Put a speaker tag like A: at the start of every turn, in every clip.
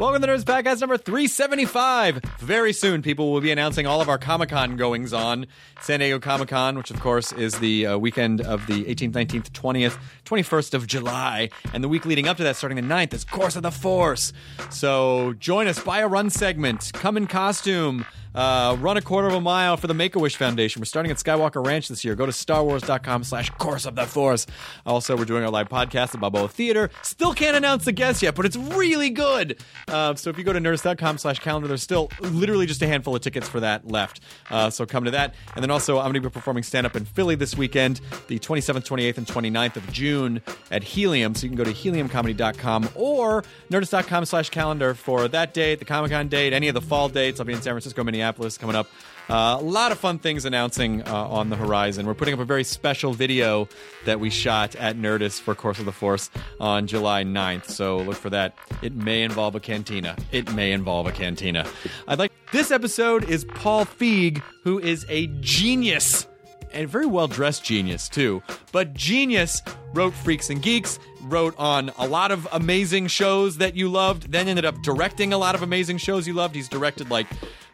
A: Welcome to Nerds Podcast number 375. Very soon, people will be announcing all of our Comic Con goings on. San Diego Comic Con, which of course is the uh, weekend of the 18th, 19th, 20th, 21st of July. And the week leading up to that, starting the 9th, is Course of the Force. So join us, buy a run segment, come in costume. Uh, run a quarter of a mile for the Make-A-Wish Foundation. We're starting at Skywalker Ranch this year. Go to starwars.com slash course of the force. Also, we're doing our live podcast at Balboa Theater. Still can't announce the guest yet, but it's really good. Uh, so if you go to nerds.com slash calendar, there's still literally just a handful of tickets for that left. Uh, so come to that. And then also, I'm going to be performing stand-up in Philly this weekend, the 27th, 28th, and 29th of June at Helium. So you can go to heliumcomedy.com or nerds.com slash calendar for that date, the Comic-Con date, any of the fall dates. I'll be in San Francisco, Minneapolis. Minneapolis coming up. Uh, a lot of fun things announcing uh, on the horizon. We're putting up a very special video that we shot at Nerdist for Course of the Force on July 9th. So look for that. It may involve a cantina. It may involve a cantina. I'd like this episode is Paul Feig, who is a genius and very well dressed genius too. But genius wrote Freaks and Geeks, wrote on a lot of amazing shows that you loved, then ended up directing a lot of amazing shows you loved. He's directed like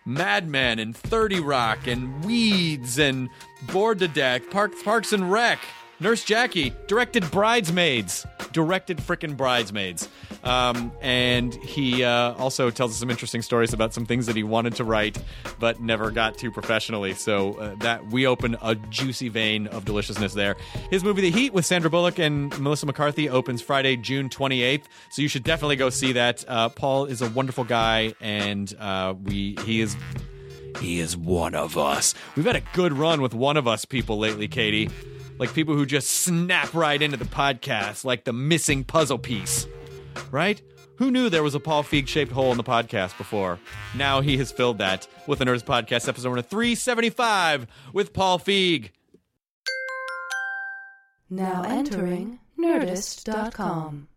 A: Mad Men and 30 Rock and Weeds and Bored to Death, Park, Parks and Rec. Nurse Jackie directed Bridesmaids, directed frickin' Bridesmaids. Um, and he uh, also tells us some interesting stories about some things that he wanted to write but never got to professionally. So uh, that we open a juicy vein of deliciousness there. His movie The Heat with Sandra Bullock and Melissa McCarthy opens Friday, June 28th. So you should definitely go see that. Uh, Paul is a wonderful guy, and uh, we he is he is one of us. We've had a good run with one of us people lately, Katie. Like people who just snap right into the podcast, like the missing puzzle piece. Right? Who knew there was a Paul Feig shaped hole in the podcast before? Now he has filled that with the Nerds Podcast episode number 375 with Paul Feig.
B: Now entering Nerdist.com.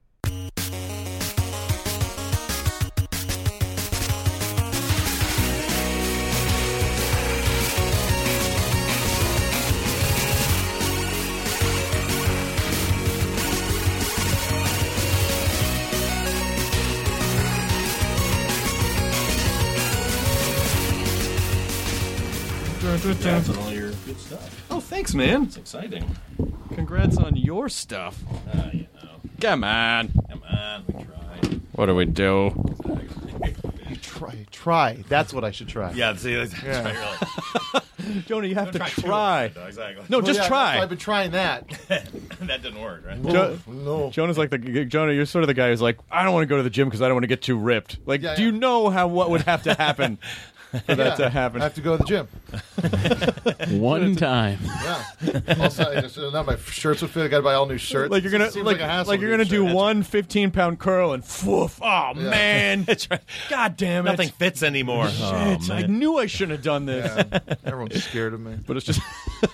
C: Congrats on all your good stuff.
A: Oh, thanks, man.
C: It's exciting.
A: Congrats on your stuff.
C: Uh, you know,
A: Come on.
C: come on, we tried.
A: What do we do?
D: Try, try. That's what I should try.
C: Yeah, see, that's yeah.
D: right,
A: Jonah, you have to
C: too
A: try.
C: hard, though, Exactly.
A: No,
D: Well,
A: just
D: Oh, yeah,
A: try.
D: I've been trying that.
C: that didn't work, right?
A: Jo-
D: no.
A: Jonah's like the Jonah. You're sort of the guy who's like, I don't want to go to the gym because I don't want to get too ripped. Like,
D: Yeah,
A: do
D: yeah.
A: you know how what would have to happen for that
D: Yeah,
A: to happen?
D: I have to go to the gym.
E: One time.
D: Yeah. also, I just, uh, now my shirts would fit. I got to buy all new shirts.
A: like you're gonna
D: Seems
A: like,
D: a hassle
A: like you're
D: to
A: gonna
D: get
A: do
D: shirts.
A: one 15 pound curl and woof. Oh man,
C: That's right.
A: god damn it!
C: Nothing fits anymore. Oh,
A: Shit, I
C: man.
A: knew I shouldn't have done this.
D: Yeah. Everyone's scared of me.
A: But it's just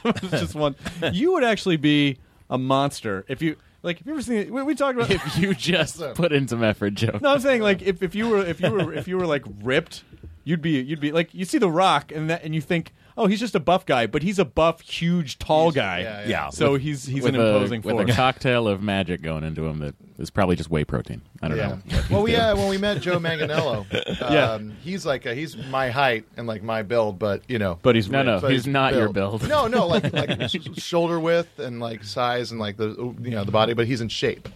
A: it's just one. You would actually be a monster if you like. Have you ever seen? We, we talked about.
E: If you just put in some effort, Joe.
A: No, I'm saying like if, if you were if you were if you were like ripped, you'd be you'd be like you see the Rock and that and you think oh he's just a buff guy, but he's a buff, huge, tall guy.
D: yeah, yeah.
C: Yeah.
A: So he's he's
E: with
A: an imposing
E: a, with
A: force.
E: a cocktail of magic going into him that is probably just whey protein. I don't
D: Yeah.
E: know. what he's
D: Well, we,
E: doing.
D: uh, when we met Joe Manganello,
A: Yeah.
D: um, he's like a, he's my height and like my build, but you know,
A: but he's
E: No, no.
A: ripped.
D: So
E: uh, he's not your build.
D: No, no, like like s- s- shoulder width and like size and like the you know the body, but he's in shape.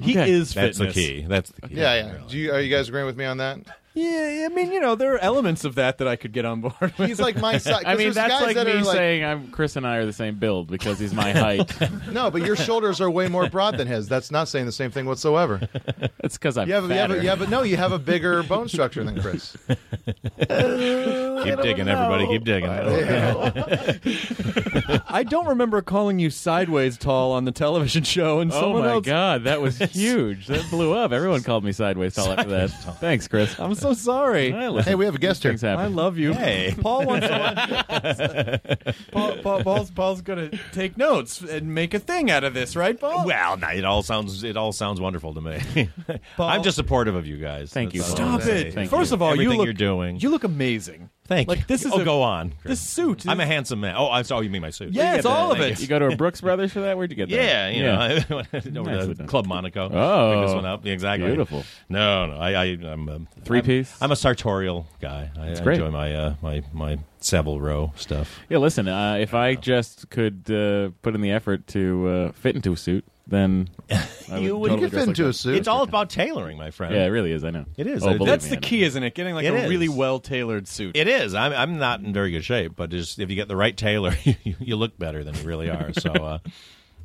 A: He
E: Okay.
A: is
C: That's the
A: fitness.
C: key. That's the key.
D: Yeah, yeah. Do you, are you guys agreeing with me on that?
A: Yeah, I mean you know there are elements of that that I could get on board. With.
D: He's like my size.
E: I mean, that's
D: guys
E: like
D: that
E: me
D: are like,
E: saying I'm Chris and I are the same build because he's my height.
D: No, but your shoulders are way more broad than his. That's not saying the same thing whatsoever.
E: It's because I'm
D: You have, you have,
E: fatter.
D: you have no, you have a bigger bone structure than Chris.
C: Keep digging, everybody. Keep digging.
A: Oh, I don't remember calling you sideways tall on the television show, and
E: Oh
A: someone
E: my
A: else.
E: god, that was huge! That blew up. Everyone called me sideways tall after that. Thanks, Chris.
A: I'm so sorry.
E: I listen.
D: Hey, we have a guest here.
E: Things happen.
A: I love you.
C: Hey.
A: Paul wants to. Paul, Paul, Paul's, Paul's going to take notes and make a thing out of this, right, Paul?
C: Well, no, it all sounds it all sounds wonderful to me.
A: Paul-
C: I'm just supportive of you guys.
E: Thank you,
C: That's all
E: Paul.
C: I'm
A: Stop
C: gonna
A: it!
C: say.
E: Thank
A: First
E: you.
A: of all,
C: Everything
A: you look
C: you're doing.
A: You look amazing.
C: Thank
E: Like,
C: you.
E: this is
C: oh,
E: a-
C: go on.
E: this suit-
C: I'm a handsome man. Oh, I saw you mean my suit.
A: Yeah, it's all of
C: Thank
A: it.
E: You go to a Brooks Brothers for that? Where'd you get that?
C: Yeah, you know, over
E: Nicely
C: to
E: done.
C: Club Monaco.
E: Oh,
C: Pick this one up. Yeah, Exactly.
E: beautiful.
C: No, no, I, I I'm um,
E: Three
C: I'm-
E: piece?
C: I'm a sartorial guy. I, I
E: great.
C: enjoy my uh, my my Savile Row stuff.
E: Yeah, listen, uh, if I just could uh, put in the effort to uh, fit into a suit, then I
C: You
E: would totally
C: would-
D: You could
E: dress
D: fit
E: like
D: into
E: that.
D: a suit.
C: it's all about tailoring, my friend.
E: Yeah, it really is. I know.
C: Oh. It is.
E: Oh,
C: That's
E: believe
A: That's
E: me,
A: the
E: I know.
A: key, isn't it? Getting like
C: It
A: a
C: is.
A: really well tailored suit.
C: It is. I'm, I'm not in very good shape, but just if you get the right tailor, you, you look better than you really are. So uh,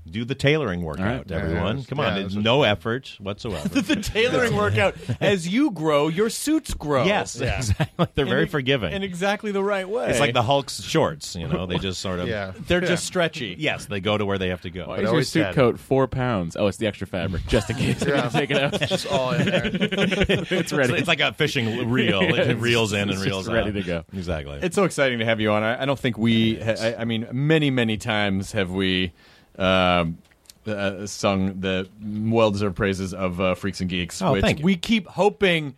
C: do the tailoring workout,
E: right.
C: everyone.
D: Yeah,
C: Come on,
D: yeah,
C: it's
D: that's
C: no effort whatsoever.
A: the tailoring workout. As you grow, your suits grow.
C: yes, exactly. They're very forgiving.
A: in exactly the right way.
C: it's like the Hulk's shorts. You know, they just sort of.
D: yeah.
A: they're just stretchy.
C: Yes, they go to where they have to go.
E: Why
D: But
E: is your
D: always
E: suit
D: sad.
E: coat four pounds? Oh, it's the extra fabric, just in case. I gotta take it out.
D: It's all in there.
E: It's
C: It's,
E: ready.
C: it's like a fishing reel. it reels in and
E: it's
C: reels
E: just ready
C: out.
E: to go.
C: Exactly.
A: It's so exciting to have you on. I, I don't think we. Ha- I, I mean, many many times have we. Um, uh, sung the well-deserved praises of uh, Freaks and Geeks,
C: Oh,
A: which
C: thank you.
A: we keep hoping.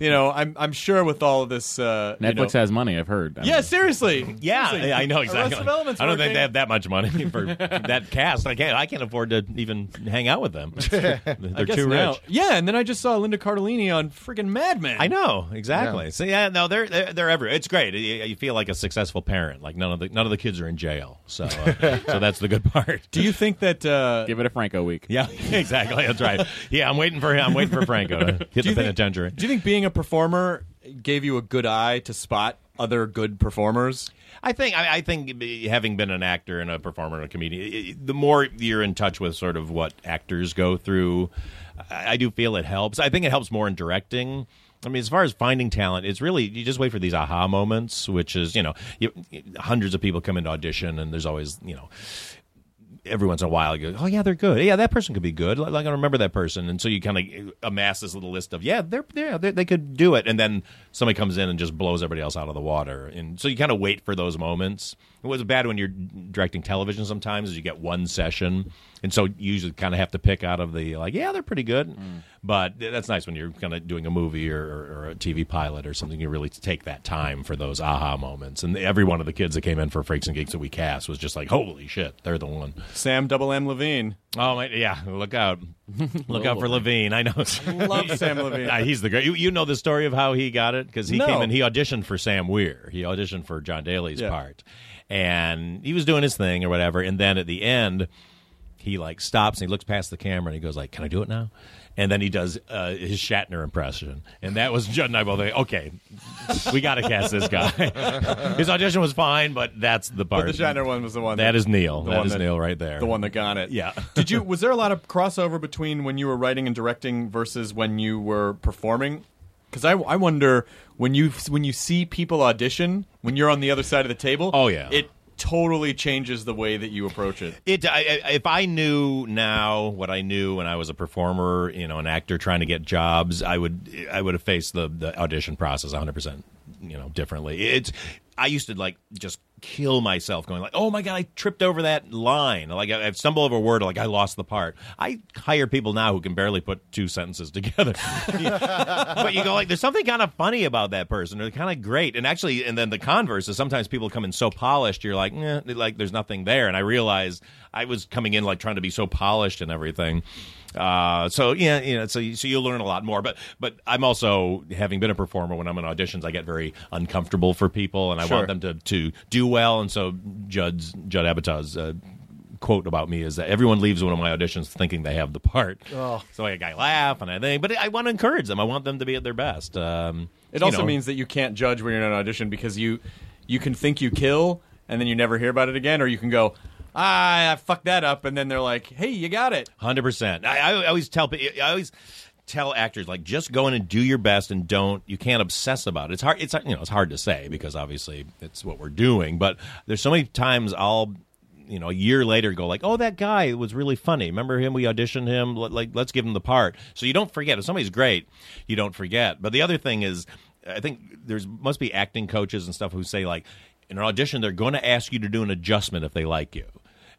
A: You know, I'm I'm sure with all of this. Uh, you know-
E: Netflix has money. I've heard. I don't
A: Yeah, seriously.
C: yeah,
A: Seriously.
C: I I know exactly.
A: Arrested Development's
C: I don't think
A: working.
C: they have that much money for that cast. I can't. I can't afford to even hang out with them. They're
A: I guess
C: too
A: now-
C: rich.
A: Yeah, and then I just saw Linda Cardellini on freaking Mad Men.
C: I know exactly.
D: Yeah.
C: So yeah, no, they're they're, they're everywhere. It's great. You, you feel like a successful parent. Like none of the none of the kids are in jail. So uh, so that's the good part.
A: Do you think that? Uh,
E: know. Give it a Franco week.
C: yeah, exactly. That's right. Yeah, I'm waiting for him. I'm waiting for Franco to hit
A: do
C: the
A: you think-
C: penitentiary.
A: do you think being a performer gave you a good eye to spot other good performers?
C: I think I, I think eh, having been an actor and a performer and a comedian, i- i- the more you're in touch with sort of what actors go through, I, I do feel it helps. I think it helps more in directing. I mean, as far as finding talent, it's really you just wait for these aha moments, which is you know, you, hundreds of people come into audition, and there's always you know every once in a while you go, oh yeah, they're good. Yeah, that person could be good. Like, like, I remember that person, and so you kind of amass this little list of yeah, they're yeah they they could do it, and then somebody comes in and just blows everybody else out of the water, and so you kind of wait for those moments. It was bad when you're directing television sometimes is you get one session, and so you usually kind of have to pick out of the like yeah, they're pretty good, but th- that's nice when you're kind of doing a movie or, or, or a TV pilot or something. You really take that time for those aha moments, and every one of the kids that came in for Freaks and Geeks that we cast was just like holy shit, they're the one.
A: Sam Double M Levine.
C: Oh my, yeah! Look out! Look out for Levine. I know.
A: Love Sam Levine.
C: Uh, he's the great. You, you know the story of how he got it because he
A: No.
C: came in. He auditioned for Sam Weir. He auditioned for John Daly's
A: Yeah.
C: part, and he was doing his thing or whatever. And then at the end, he like stops and he looks past the camera and he goes like, "Can I do it now?" And then he does uh, his Shatner impression, and that was Judd and I both like, "Okay, we got to cast this guy." his audition was fine, but that's the part.
A: But the Shatner one was the one.
C: That is Neil.
A: the
C: That
A: one
C: is Neil right there.
A: The one that got it.
C: Yeah.
A: Did you? Was there a lot of crossover between when you were writing and directing versus when you were performing? Because I, I wonder when you when you see people audition when you're on the other side of the table.
C: Oh, yeah.
A: It totally changes the way that you approach it.
C: It. I, I- if I knew now what I knew when I was a performer, you know, an actor trying to get jobs, I would. I would have faced the the audition process 100. percent You know, differently. It's. I used to like just kill myself going like, oh my god, I tripped over that line. Like I, I stumble over a word. Like I lost the part. I hire people now who can barely put two sentences together. but you go like, there's something kind of funny about that person. They're kind of great, and actually, and then the converse is sometimes people come in so polished, you're like, eh, like there's nothing there. And I realized I was coming in like trying to be so polished and everything. Uh, so yeah, you know, so you, so you learn a lot more. But but I'm also having been a performer when I'm in auditions, I get very uncomfortable for people, and I
A: Sure.
C: want them to to do well. And so Judd's Judd Apatow's. Uh, quote about me is that everyone leaves one of my auditions thinking they have the part
A: Oh.
C: so like, i laugh and i think but i want to encourage them i want them to be at their best um
A: It
C: you
A: also
C: know.
A: means that you can't judge when you're in an audition because you you can think you kill and then you never hear about it again, or you can go, ah, I fucked that up, and then they're like, hey, you got it.
C: Hundred percent. I, I always tell pe- I always tell actors like just go in and do your best and don't you can't obsess about it. It's hard. It's you know it's hard to say because obviously it's what we're doing. But there's so many times I'll you know a year later go like oh that guy was really funny. Remember him? We auditioned him. Let- Like let's give him the part. So you don't forget if somebody's great, you don't forget. But the other thing is, I think there's must be acting coaches and stuff who say like in an audition they're going to ask you to do an adjustment if they like you.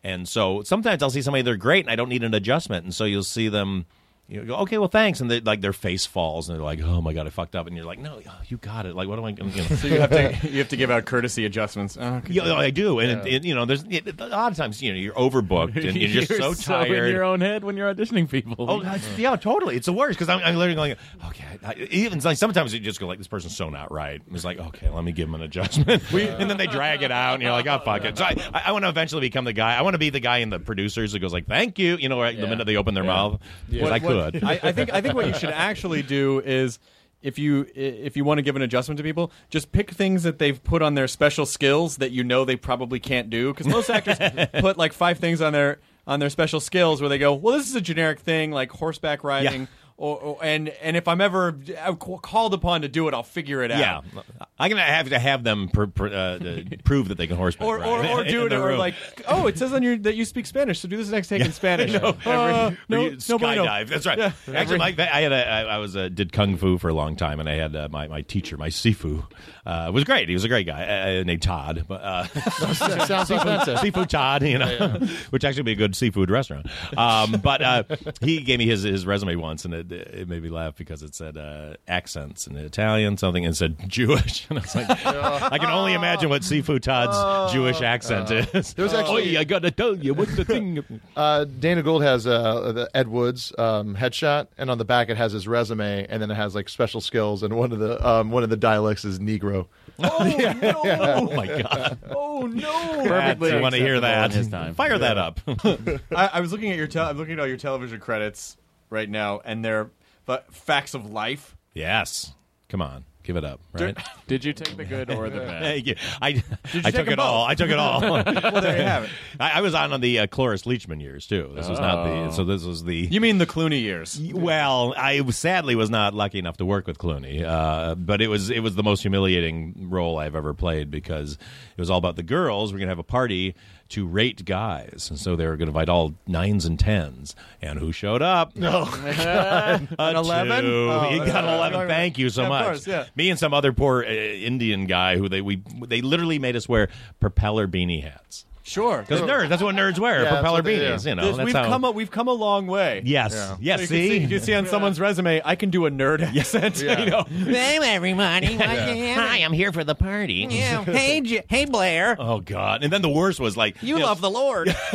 C: And so sometimes I'll see somebody they're great and I don't need an adjustment. And so you'll see them you go, okay, well, thanks, and they, like their face falls, and they're like, oh my god, I fucked up, and you're like, no, oh, you got it. Like, what am I? gonna You know.
E: So you have to you have to give out courtesy adjustments. Oh, okay.
C: Yeah, I do, and it, it- you know, there's it, a lot of times, you know, you're overbooked and you're just so tired.
E: in your own head when you're auditioning people.
C: Oh that's- yeah, totally. It's the worst because I'm, I'm literally going, okay. I, I- even like sometimes you just go like, this person's so not right. It's like, okay, let me give him an adjustment, and then they drag it out, and you're like, oh fuck it. So I, I, I want to eventually become the guy. I want to be the guy in the producers who goes like, thank you. You know, right, the
E: Yeah.
C: minute they open their mouth, 'Cause
E: What-
C: I
E: what-
C: could.
A: I, I think I think what you should actually do is if you i- if you want to give an adjustment to people, just pick things that they've put on their special skills that you know they probably can't do because most actors put like five things on their on their special skills where they go, well, this is a generic thing like horseback riding. Or, or, and and if I'm ever uh, qu- called upon to do it, I'll figure it
C: yeah,
A: out.
C: I'm gonna have to have them pr- pr- uh, to prove that they can horseback
A: Or, or,
C: ride
A: or
C: in
A: do it
C: the
A: or
C: room.
A: like, oh, it says on your that you speak Spanish, so do this next take in Spanish. no, uh,
C: Or
A: no,
C: you
A: no, bueno.
C: skydive. That's right. Actually, Mike, I had a, I, I was uh, did kung fu for a long time, and I had uh, my my teacher, my sifu, uh, was great. He was a great guy uh, named Todd, but uh,
D: sounds offensive.
C: seafood Todd, you know, which actually would be a good seafood restaurant. Um, but uh, he gave me his his resume once, and it, it made me laugh because it said uh, accents and Italian something, and said Jewish, and I was like, I can only imagine what seafood Todd's Jewish accent is.
D: There Uh, was actually-
C: Oi, I gotta tell you what the thing.
D: Uh, Dana Gould has uh, the Ed Woods um, headshot, and on the back it has his resume, and then it has like special skills, and one of the um, one of the dialects is Negro.
A: Oh
D: Uh,
A: no!
C: Oh my god.
A: Oh no!
E: Perfectly
C: I want to hear
E: acceptable
C: that.
E: in his time.
C: Fire that up.
A: I, I was looking at your tel- I'm looking at all your television credits right now, and they're but facts of life.
C: yes. Come on. Give it up, right?
E: Did you take the good or the bad?
C: Thank you. I, I
A: take
C: took
A: 'em
C: it all.
A: both?
C: I took it all. I,
A: Well, there you have it.
C: I was on the uh, Cloris Leachman years too. This was not the. So this was the.
A: You mean the Clooney years?
C: Well, I sadly was not lucky enough to work with Clooney, uh, but it was it was the most humiliating role I've ever played because it was all about the girls. We're gonna have a party to rate guys, and so they were gonna invite all nines and tens, and who showed up? No, an
A: 11? Oh,
C: he got an eleven. Thank you so
A: Yeah, of
C: much.
A: course, yeah.
C: Me and some other poor uh, Indian guy who they we they literally made us wear propeller beanie hats
A: Sure.
C: because nerds. That's what nerds wear.
D: Yeah, that's
C: propeller
D: what they do.
C: beanies. You know,
A: This-
C: that's
A: we've
C: how-
A: come a, we've come a long way.
C: Yes.
D: Yeah.
A: So
C: Yes.
A: you
C: see,
A: Can see, you can see on someone's resume, I can do a nerd accent. You know,
F: Hey, everybody. What's
C: Hi, I'm here for the party.
F: yeah. Hey, J- hey, Blair.
C: Oh God! And then the worst was like
F: You
C: know,
F: love the Lord.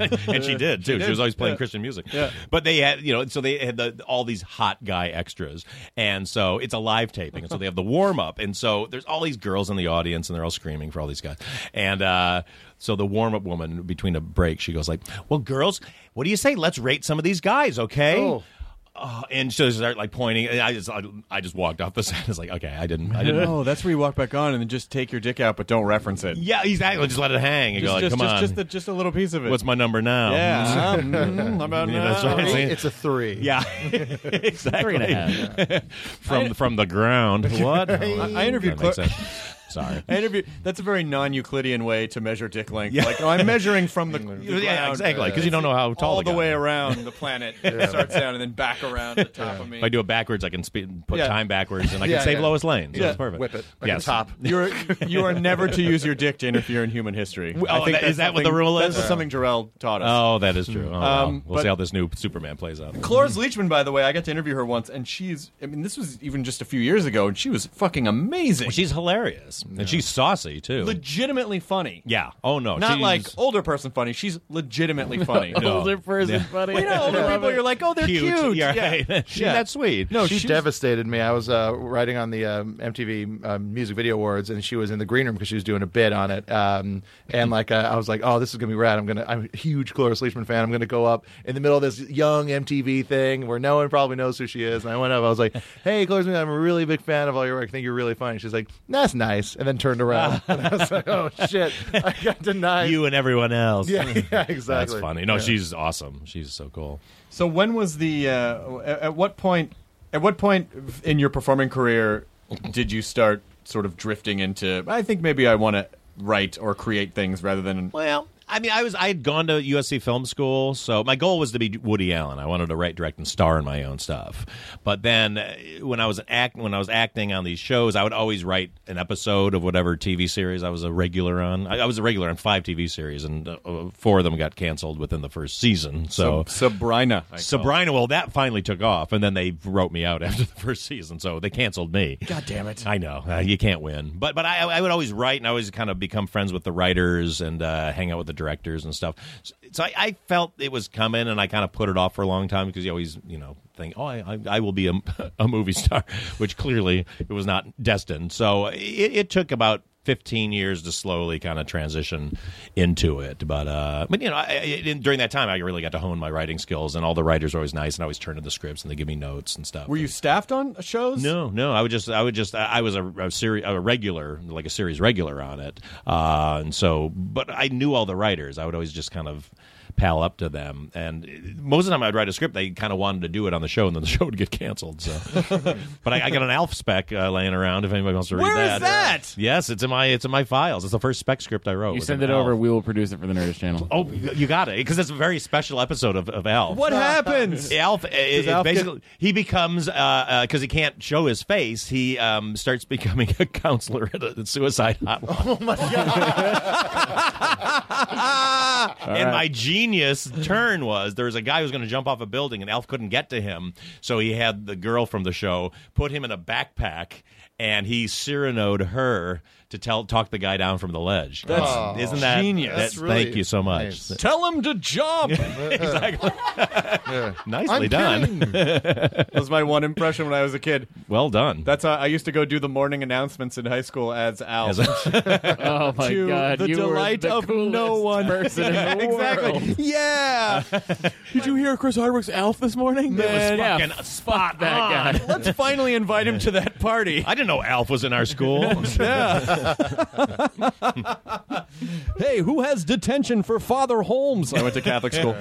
C: and she did too. She, was always playing Christian music. Yeah. But they had, you know, so they had the, all these hot guy extras, and so it's a live taping, and so they have the warm up, and so there's all these girls in the audience, and they're all screaming for all these guys, and uh, so the warm up woman between a break, she goes like, "Well, girls, what do you say? Let's rate some of these guys, okay?"
D: Oh.
C: Uh, and so they start like pointing, and I just I, I just walked off the set. It's like, okay, I didn't, I didn't.
A: oh, that's where you walk back on and then just take your dick out, but don't reference it.
C: Yeah, exactly. Just let it hang and
A: Just,
C: go like,
A: just,
C: come
A: just,
C: on.
A: just, a, just a little piece of it.
C: What's my number now?
A: yeah? um, mm, how about
C: Yeah, that's
A: now?
C: right. See?
D: It's a three.
C: Yeah, exactly.
E: Three and a half.
C: From from the ground. What? I,
A: I interviewed Clo-
C: Sorry.
A: I interview. That's a very non-Euclidean way to measure dick length. Like, oh, I'm measuring from the, the
C: Yeah,
A: ground.
C: exactly. Because you don't know how tall
A: all the
C: guy
A: way
C: is.
A: around the planet. It starts down and then back around the top of me.
C: If I do it backwards, I can speed, put
A: Yeah.
C: time backwards, and I can
D: Yeah,
C: save
D: yeah.
C: Lois Lane. So
A: Yeah.
C: it's perfect.
D: Whip it. Like
C: Yes.
D: a top.
A: You're you are never to use your dick to interfere in human history.
C: Well,
A: I think
C: that-
A: that's
C: is that what
A: something-
C: the rule is?
A: That's what something Jarrell taught us.
C: Oh, that is true. Oh, wow.
A: Um,
C: We'll
A: but-
C: see how this new Superman plays out.
A: Cloris Leachman, by the way, I got to interview her once, and she's—I mean, this was even just a few years ago—and she was fucking amazing.
C: She's hilarious, and she's saucy too.
A: legitimately funny.
C: yeah. Oh no.
A: not
C: she's
A: like older person funny. She's legitimately funny.
C: No.
E: Older person,
C: Yeah.
E: buddy.
A: You know, older people, you're like, oh, they're cute.
C: cute. Yeah.
A: Yeah.
C: she's
A: Yeah.
C: that sweet.
A: No,
D: she
A: she's-
D: devastated me. I was uh, writing on the um, MTV um, Music Video Awards, and she was in the green room because she was doing a bid on it. Um, and like, uh, I was like, "Oh, this is gonna be rad! I'm gonna, I'm a huge Cloris Leachman fan. I'm gonna go up in the middle of this young MTV thing where no one probably knows who she is." And I went up. I was like, "Hey, Cloris, Leachman, I'm a really big fan of all your work. I think you're really funny." She's like, "That's nice," and then turned around. and I was like, "Oh shit! I got denied."
C: you and everyone else.
D: yeah, yeah, exactly.
C: That's funny. No, she's awesome. She's so cool.
A: So when was the? Uh, at at what point? At what point in your performing career did you start sort of drifting into? I think maybe I want to write or create things rather than.
C: Well, I mean, I was I had gone to USC Film School, so my goal was to be Woody Allen. I wanted to write, direct, and star in my own stuff. But then uh, when I was an act when I was acting on these shows, I would always write an episode of whatever TV series I was a regular on. I, I was a regular on five TV series, and uh, uh, four of them got canceled within the first season. So.
A: Sabrina. I
C: so
A: call.
C: Brian, well, that finally took off, and then they wrote me out after the first season, so they canceled me.
A: God damn it.
C: I know uh, you can't win, but but I, I would always write and I always kind of become friends with the writers and uh, hang out with the directors and stuff. So, so I, I felt it was coming, and I kind of put it off for a long time because you always you know think oh I I, I will be a, a movie star, which clearly it was not destined. So it, it took about. 15 years to slowly kind of transition into it but uh but you know I, I, in- during that time i really got to hone my writing skills and all the writers are always nice and i always turn to the scripts and they give me notes and stuff
A: Were you staffed on shows?
C: no, no. I would just, I would just, I I was a, a series, a regular, like a series regular on it, uh, and so. But I knew all the writers. I would always just kind of pal up to them, and most of the time I'd write a script. They kind of wanted to do it on the show, and then the show would get canceled. So, but I, I got an Alf spec uh, laying around. If anybody wants to read
A: Where is
C: that,
A: that?
C: Yes, it's in my, it's in my files. It's the first spec script I wrote.
E: You
C: was
E: send
C: an
E: it over.
C: Alf.
E: We will produce it for the Nerdist channel.
C: Oh, you got it because it's a very special episode of, of Alf.
A: What happens?
C: Alf, is
A: Alf get-
C: basically he becomes because uh 'cause he can't show his face. He um, starts becoming a counselor at a suicide hotline. Oh my god! and my genius turn was there was a guy who was going to jump off a building, and Alf couldn't get to him, so he had the girl from the show put him in a backpack, and he Cyrano'd her. To tell, talk the guy down from the ledge. That's isn't that
A: genius.
C: that's-
D: That's really
C: thank you so much.
D: nice.
A: Tell him to jump. that
C: exactly.
D: Yeah.
C: Nicely
D: I'm
C: done.
D: kidding.
A: was my one impression when I was a kid.
C: Well done.
A: That's how I used to go do the morning announcements in high school as Al.
C: As a-
E: Oh my
A: to
E: god!
A: the
E: you were
A: delight
E: the
A: of no
E: coolest
A: one.
E: Person in the
A: exactly.
E: world.
A: Yeah.
E: Did you hear Chris Hardwick's Alf this morning?
C: was
E: Man, yeah,
C: fucking
E: fuck
C: spot
E: that
C: on.
E: guy.
A: Let's finally invite him to that party.
C: I didn't know Alf was in our school.
A: hey, who has detention for Father Holmes? I went to Catholic school.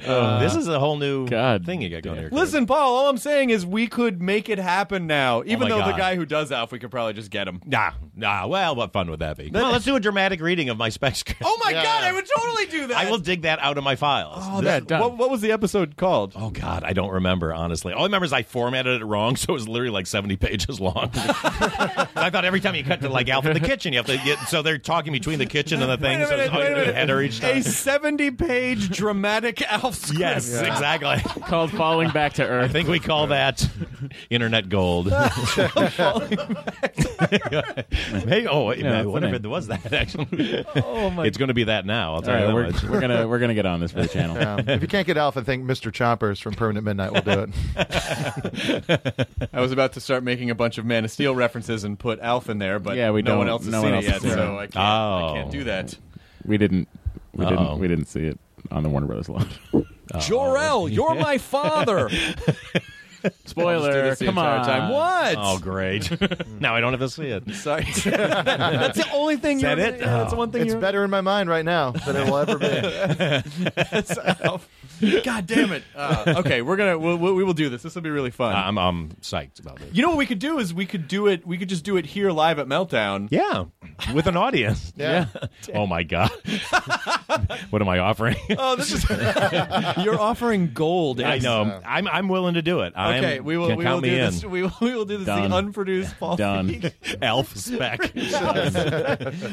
C: this is a whole new
E: God
C: thing you got going
E: damn.
C: here. Chris.
A: Listen, Paul, all I'm saying is we could make it happen now. Even
C: my
A: though the
C: God.
A: guy who does Alf, we could probably just get him.
C: Nah, nah. Well, what fun would that be? Well, let's do a dramatic reading of my spec script.
A: Oh my
D: Yeah.
A: God, I would totally do that.
C: I will dig that out of my files.
A: Oh, that,
E: done.
A: what, what was the episode called?
C: Oh God, I don't remember honestly. All I remember is I formatted it wrong, so it was literally like seventy pages long. I thought every time you cut to like Alf in the kitchen, you have to get so they're talking between the kitchen and the thing.
A: Wait a
C: so
A: minute,
C: it's oh, you
A: wait a
C: do a
A: minute.
C: header each
A: A
C: time.
A: 70 page dramatic Alf script.
C: Yes, exactly.
E: Called falling back to
C: I
E: earth.
C: think we call that internet gold. hey, oh, wait,
E: Yeah,
C: I wonder
E: that's the
C: if it was that actually. Oh my! It's going to be that now. I'll
E: All
C: tell
E: right,
C: you
E: we're,
C: that much.
E: we're gonna we're gonna get on this for the channel.
D: Um, if you can't get Alpha, think Mr. Chompers from Permanent Midnight will do it.
A: I was about to start making a bunch of Man of Steel references and put Alf in there, but
E: Yeah, we
A: no one
E: don't-
A: else has
E: no
A: seen
E: one
A: it
E: else
A: yet,
E: has seen
A: so
E: it.
A: I can't, I
C: Oh.
A: can't do that.
E: We didn't we
C: Uh-oh.
E: didn't we didn't see it on the Warner Brothers launch.
A: Jorel, you're my father. Just
E: Spoiler!
A: do this the
E: Come
A: entire
E: on.
A: time. What?
C: Oh, great! now I don't have to see it.
A: Sorry. that's the only thing.
C: that
A: you're,
C: it? Oh.
A: Yeah, that's the one thing.
D: It's
A: you're,
D: better in my mind right now than it will ever be.
A: That's Alf. God damn it. Uh, okay, we're gonna we'll, we'll, we will do this. This will be really fun.
C: I'm I'm psyched about this.
A: you know what we could do is we could do it. We could just do it here live at Meltdown.
C: Yeah, with an audience.
D: Yeah.
C: Oh my god! what am I offering?
A: Oh, this is. you're offering gold.
C: I
A: Ace.
C: know. I'm I'm willing to do it. I'm,
A: Okay, we will.
C: can
A: We will
C: count
A: do
C: me
A: this.
C: in.
A: We will, we will do this.
E: Done.
A: The unproduced Paul.
E: Done.
A: Feig.
C: Elf spec.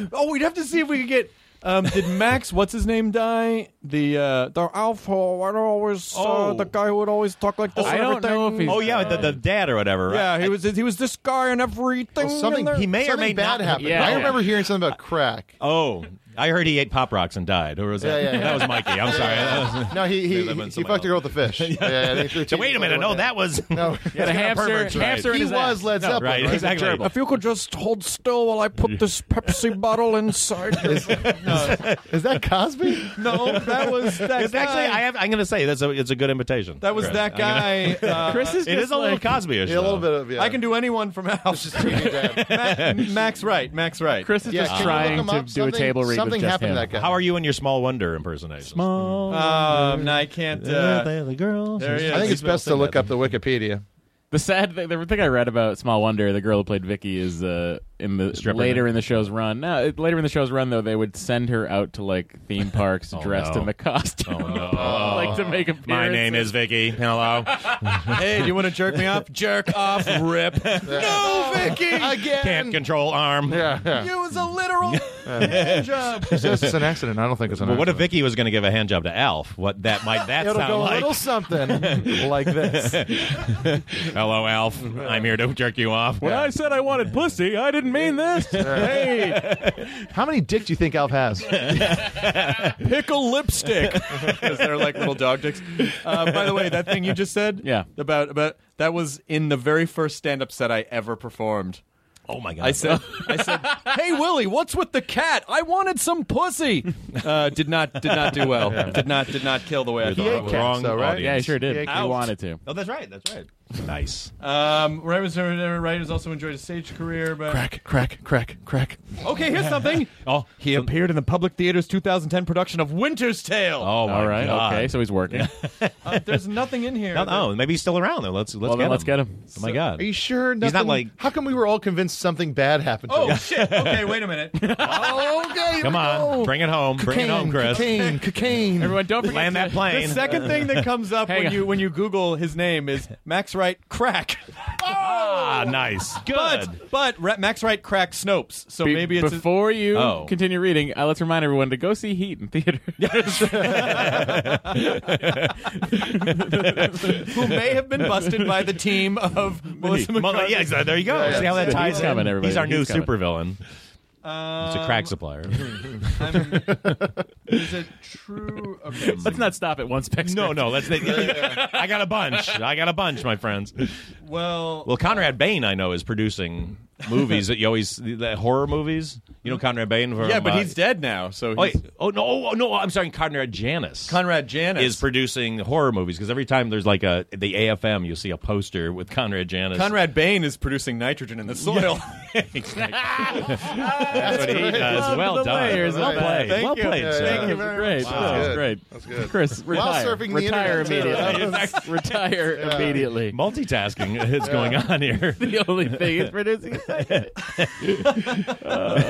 A: Oh, we'd have to see if we could get. Um, did Max, what's his name, die? The uh, the alpha, I always
C: Oh.
A: uh, the guy who would always talk like this.
E: I
A: and
E: don't know if
A: everything.
E: he's-
C: oh yeah, the, the dad or whatever. right?
A: yeah, he was he was this guy and everything.
D: Well, something
A: and
C: he may or
D: something
C: may
D: bad
C: not-
D: happened.
E: Yeah.
D: I remember hearing something about crack.
C: Oh, I heard he ate pop rocks and died. Or was that?
D: Yeah, yeah, yeah.
C: That was Mikey. I'm sorry. That was-
D: No, he he,
C: that
D: he,
C: meant
D: he
C: someone
D: fucked a girl with a fish. yeah, yeah, they threw
C: so wait a
D: cheese
C: minute.
D: on
C: No,
D: it.
C: that was.
D: no.
E: Yeah, the hamster,
C: perverts, right.
E: hamster in
D: He
E: his ass.
D: was Led
C: No,
D: Zeppelin.
C: right,
D: He was a
C: exactly.
D: gerbil.
A: if you could just hold still while I put this Pepsi bottle inside.
D: Is that Cosby?
A: no, that was that
C: It's actually. I have, I'm going to say that's a. It's a good imitation.
A: that was that guy. uh,
E: Chris is
C: It
E: just
C: is a little
E: like,
C: Cosby-ish.
D: Yeah, a little
C: though.
D: bit of yeah.
A: I can do anyone from Alf.
D: do.
A: Ma- Max right, Max right.
E: Chris is
D: Yeah,
E: just
D: can you
E: trying
D: look him
E: to
D: up?
E: do a
D: Something-
E: table read with
D: Something
E: just
D: happened
E: him.
D: to that guy.
C: How are you in your Small Wonder impersonation?
E: Small.
A: Um, no, I can't. Uh,
C: the girls.
A: there he is.
D: I think it's best to look up the Wikipedia.
E: The sad thing, the thing I read about Small Wonder, the girl who played Vicky, is uh, in the
C: Stripper.
E: later in the show's run. No, it- later in the show's run, though, they would send her out to like theme parks
C: Oh,
E: dressed
C: no.
E: in the costume,
C: Oh, no.
E: like to make appearances.
C: My name is Vicky. Hello.
A: hey, do you want to jerk me off? Jerk off, rip.
D: Oh,
A: no, Vicky.
D: Again.
C: Can't control arm.
D: yeah, yeah.
A: It was a literal hand job.
D: She says it's an accident. I don't think it's an
C: Well, what if
D: accident.
C: Vicky was going to give a hand job to Alf? What that might that
D: It'll
C: sound
D: go a
C: like?
D: little something like this.
C: Hello, Alf. I'm here to jerk you off.
E: When I said I wanted pussy, I didn't mean this. hey,
D: How many dicks do you think Alf has?
A: Pickle lipstick. Because they're like little dog dicks. Uh, by the way, that thing you just said,
E: Yeah.
A: about about that was in the very first stand-up set I ever performed.
C: Oh my god!
A: I said, I said, "Hey Willie, what's with the cat? I wanted some pussy." Uh, did not, did not do well. Did not, did not kill the way I
C: You're the
A: thought. it would.
D: cats,
C: wrong
D: though, right?
C: audience.
E: yeah, I sure did.
D: Yeah,
E: I wanted to.
C: Oh, that's right. That's right. Nice.
A: Um, writers, writers also enjoyed a stage career, but
D: crack, crack, crack, crack.
A: okay, here's something.
C: Oh,
A: He appeared in the public theater's 2010 production of Winter's Tale.
C: oh my
E: All right,
C: god.
E: okay, so he's working.
A: Uh, there's nothing in here.
C: No, no, maybe he's still around though. Let's let's
E: well,
C: get
E: then
C: him.
E: let's get him.
C: Oh my god.
D: Are you sure?
C: He's not like-
D: How come we were all convinced something bad happened to
A: Oh
D: him?
A: shit! Okay, wait a minute.
D: Oh, okay. here
C: Come
D: we
C: on,
D: go.
C: bring it home. Bring it home, Chris.
D: Cocaine, cocaine.
E: Everyone, don't forget
C: Land
E: to-
C: that plane.
A: The second thing that comes up
E: Hang
A: when
E: on.
A: you when you Google his name is Max Wright Crack.
C: Ah, nice. Good.
A: But but Ra- Max Wright Crack Snopes. So
E: Be-
A: maybe it's a-
E: before you
C: Oh.
E: continue reading. Uh, let's remind everyone to go see Heat in theaters.
A: who may have been busted by the team of Melissa
C: Well,
A: McCarthy.
C: yeah, exactly. there you go. See how that
E: He's
C: ties in.
E: coming, everybody.
C: He's our new
E: He's coming.
C: supervillain. He's a crack supplier.
A: I'm- is it true? Okay.
E: let's not stop at one spec.
C: no, no. Let's. I got a bunch. I got a bunch, my friends.
A: Well,
C: Well, Conrad Bain, I know, is producing movies that you always the horror movies. You know Conrad Bain from
A: yeah, but
C: uh,
A: he's dead now. So
C: Oh,
A: he's,
C: wait. oh no! Oh no! I'm sorry, Conrad Janis.
A: Conrad Janis
C: is producing horror movies because every time there's like a the AFM, you see a poster with Conrad Janis.
A: Conrad Bain is producing nitrogen in the soil.
C: Exactly. That's what he does. Well
E: the
C: done.
E: layers
C: well
E: of that.
C: played.
A: Thank
C: well
A: you.
C: played.
A: Yeah.
C: sir.
D: Thank you
E: That was
D: very
E: great.
D: much.
E: That was
D: Wow.
E: great.
D: That's good.
E: Chris, retire.
D: While surfing the
E: retire
D: internet, too.
E: immediately.
D: That
E: retire immediately.
C: Multitasking is going on here.
E: The only thing is producing. is that.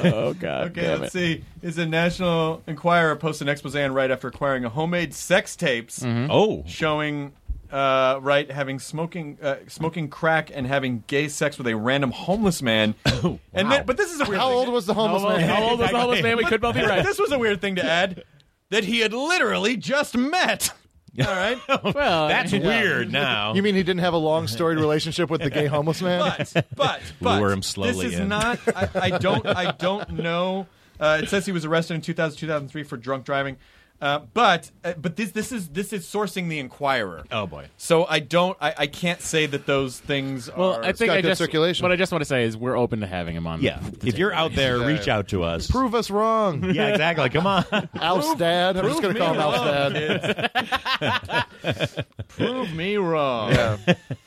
E: oh God.
A: Okay,
E: damn
A: let's
E: it.
A: see. Is a National Enquirer posted an expose on Wright after acquiring a homemade sex tapes
C: Oh,
A: showing uh, Wright having smoking uh, smoking crack and having gay sex with a random homeless man. And then, but this is a weird
D: How
A: thing.
D: old was the homeless
E: How old-
D: man?
E: How old was the homeless man? We could both be right.
A: This was a weird thing to add that he had literally just met. All right,
E: Well,
C: that's
E: I mean,
C: weird. Now
D: You mean he didn't have a long storied relationship with the gay homeless man?
A: but but but
C: Lure him slowly
A: this is
C: in.
A: not. I, I don't. I don't know. Uh, it says he was arrested in 2000, 2003 for drunk driving. Uh, but uh, but this this is this is sourcing the Enquirer.
C: Oh boy.
A: So I don't. I, I can't say that those things
E: Well,
A: are.
E: I think I
D: Got good
E: just
D: circulation.
E: what I just want to say is we're open to having him on.
C: Yeah. If you're out there, reach out to us.
D: Prove us wrong.
C: Yeah, exactly. Come on.
D: Alf's dad. I'm just going to call him Alf's dad.
A: Prove me wrong.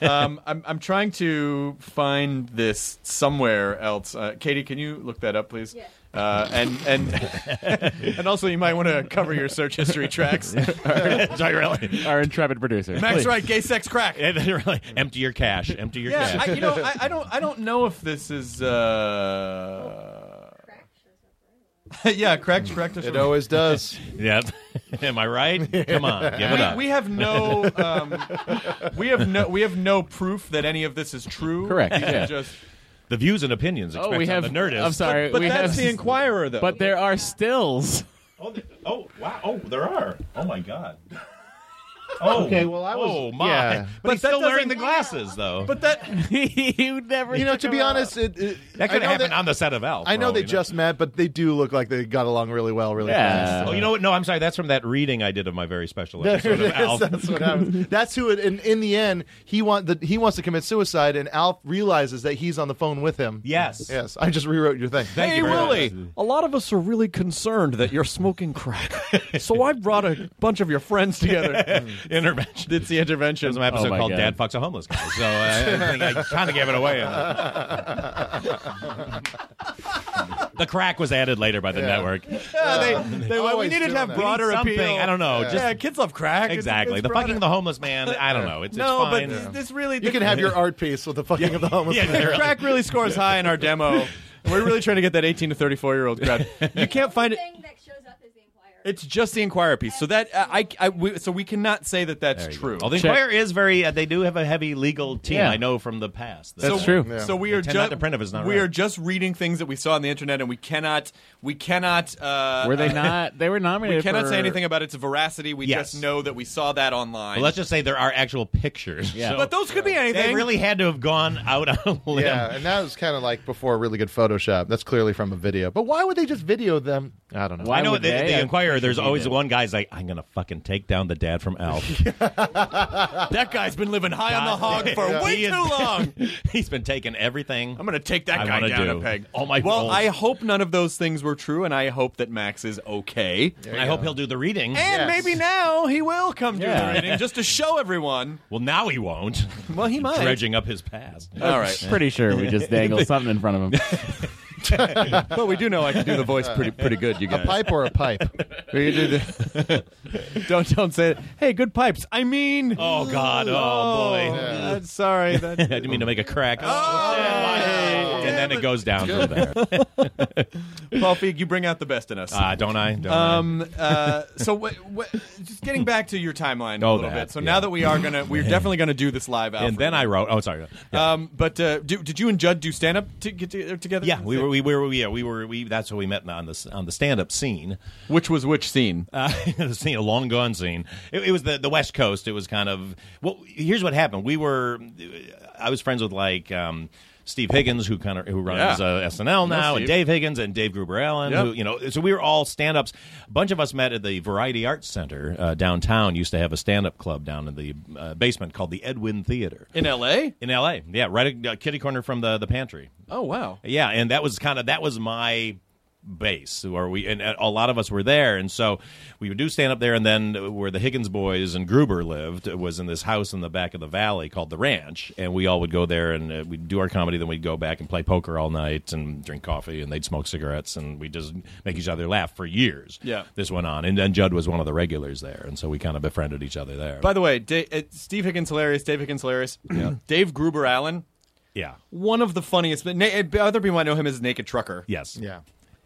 A: um, I'm, I'm trying to find this somewhere else. Uh, Katie, can you look that up, please? Yeah. Uh, and and and also, you might want to cover your search history tracks.
C: Sorry, really.
E: Our intrepid producer.
A: Max
E: Please.
A: Wright, gay sex crack.
C: And then really, empty your cash. Empty your
A: Yeah,
C: cash.
A: I, you know, I, I don't, I don't know if this is. Uh... yeah, crack, crack.
D: It always does.
C: yep. Am I right? Come on. Give it up.
A: we have no um, we have no we have no proof that any of this is true.
E: Correct,
A: These are
E: yeah.
A: just-
C: the views and opinions.
E: Oh, we
C: expected
E: have
C: on the Nerdist.
E: I'm sorry.
A: but
E: we
A: that's
E: have,
A: the Inquirer, though.
E: But there are stills.
C: Oh, th- oh wow! Oh, there are. Oh my god. Oh,
D: Okay, well, I was-
C: Oh my!
D: yeah.
C: But, he's
A: that
C: still wearing
A: doesn't-
C: the glasses, though.
A: but that
E: you never.
D: You know,
E: took
D: to be
E: him out.
D: honest, it, it,
C: that
D: I
C: could
D: know
C: happen
D: that-
C: on the set of Alf.
D: I know
C: bro,
D: they
C: you
D: just met, but they do look like they got along really well, really
E: Yeah.
D: fast.
C: Oh, you know what? No, I'm sorry. That's from that reading I did of my very special
D: There
C: episode
D: it is.
C: of Alf.
D: That's what happens. That's who. It, in, in the end, he want the, he wants to commit suicide, and Alf realizes that he's on the phone with him.
C: Yes.
D: Yes. I just rewrote your thing.
C: Thank
A: hey
C: you very
A: Willie,
C: much.
A: a lot of us are really concerned that you're smoking crack, so I brought a bunch of your friends together.
C: Intervention.
A: it's the intervention.
C: There's an episode
E: Oh, my
C: called
E: God.
C: "Dad Fucks a Homeless Guy," so uh, I, think I kind of gave it away. the crack was added later by the network.
E: They went, we
D: always
E: needed to
D: doing
E: have
D: that.
E: broader
C: Need something,
E: appeal.
C: I don't know. Just
E: yeah, kids love crack. It's-
C: exactly
E: it's
C: the
E: broader-
C: fucking the homeless man. I don't know. It's
E: No,
C: it's
E: but
C: fine.
E: this- this really
D: You can have your art piece with the fucking of the homeless.
C: Yeah,
D: man.
E: the crack really scores high in our demo. And we're really trying to get that 18 to 34 year old crowd. You can't find it.
G: thing that shows up is the Inquirer.
H: It's just the Inquirer piece. So that uh, I, I we, so we cannot say that that's true.
C: Well, the
E: Check.
C: Inquirer is very. Uh, they do have a heavy legal team.
E: Yeah.
C: I know from the past.
E: That's
H: so,
E: true.
H: So we
C: They
H: are
C: tend not
H: just
C: to print if it's not
H: we
C: right.
H: are just reading things that we saw on the internet, and we cannot we cannot uh,
E: Were they
H: uh,
E: not? They were nominated.
H: we cannot
E: for-
H: say anything about its veracity. We
C: Yes.
H: just know that we saw that online.
C: Well, let's just say there are actual pictures.
E: Yeah.
C: So
H: but those could be anything.
C: they really had to have gone out on a limb.
D: Yeah, and that was kind of like before really good Photoshop. That's clearly from a video. But why would they just video them? I don't know.
E: Why
C: I know
E: would
C: the,
E: they?
C: the
E: I-
C: Inquirer. There's always one guy's like, "I'm gonna fucking take down the dad from Alf."
H: that guy's been living high on the hog
C: God.
H: for
C: Yeah.
H: way
C: He
H: too
C: is-
H: long.
C: He's been taking everything.
H: I'm gonna take that
C: I
H: guy
C: wanna
H: down
C: do.
H: a peg.
C: All my
H: well,
C: roles.
H: I hope none of those things were true, and I hope that Max is okay.
C: And I hope he'll do the reading.
H: And
D: Yes.
H: maybe now he will come do
E: Yeah.
H: the reading just to show everyone.
C: well, now he won't.
H: Well, he might. Uh,
C: Dredging up his past.
H: All right,
E: Pretty sure we just dangled something in front of him.
H: but we do know I can do the voice pretty pretty good, you guys.
D: Pipe or a pipe?
H: We can do the- don't don't say it. Hey, good pipes. I mean,
C: Oh God! Oh boy!
H: uh, sorry.
C: I
H: That,
C: didn't mean to make a crack. Oh, shit. and then it goes down from there.
H: Paul Feig, you bring out the best in us.
C: Ah, don't I? Don't
H: um. Uh. So, what? What? Just getting back to your timeline a
C: Oh,
H: little
C: that,
H: bit. So
C: yeah.
H: now that we are gonna, we're definitely gonna do this live.
C: I?
H: Alfred.
C: And then I wrote. Oh, sorry. Yeah.
H: Um. But uh, do, did you and Judd do stand up to get to, uh, together?
C: yeah, we were, we were, yeah, we were, we. That's what we met on the on the stand up scene.
H: Which was which scene?
C: Uh, the scene, a long gone scene. It, it was the, the West Coast. It was kind of well. Here's what happened. We were. I was friends with like um, Steve Higgins, who kind of who runs
H: Yeah.
C: uh, SNL now,
H: Steve.
C: and Dave Higgins and Dave Gruber Allen.
H: Yep.
C: Who, you know, so we were all stand ups. A bunch of us met at the Variety Arts Center uh, downtown. Used to have a stand up club down in the uh, basement called the Edwin Theater
H: In L.A.
C: in L.A. Yeah, right, uh, kitty corner from the the pantry.
H: Oh wow.
C: Yeah, and that was kind of that was my base where we and a lot of us were there and so we would do stand up there and then where the higgins boys and gruber lived was in this house in the back of the valley called the ranch and we all would go there and uh, we'd do our comedy then we'd go back and play poker all night and drink coffee and they'd smoke cigarettes and we just make each other laugh for years
H: Yeah.
C: this went on and then judd was one of the regulars there and so we kind of befriended each other there
H: By the way, da- uh, Steve Higgins hilarious. Dave Higgins hilarious. Dave Gruber Allen.
C: yeah
H: One of the funniest, but na- uh, other people I know him as Naked Trucker.
C: yes
D: Yeah.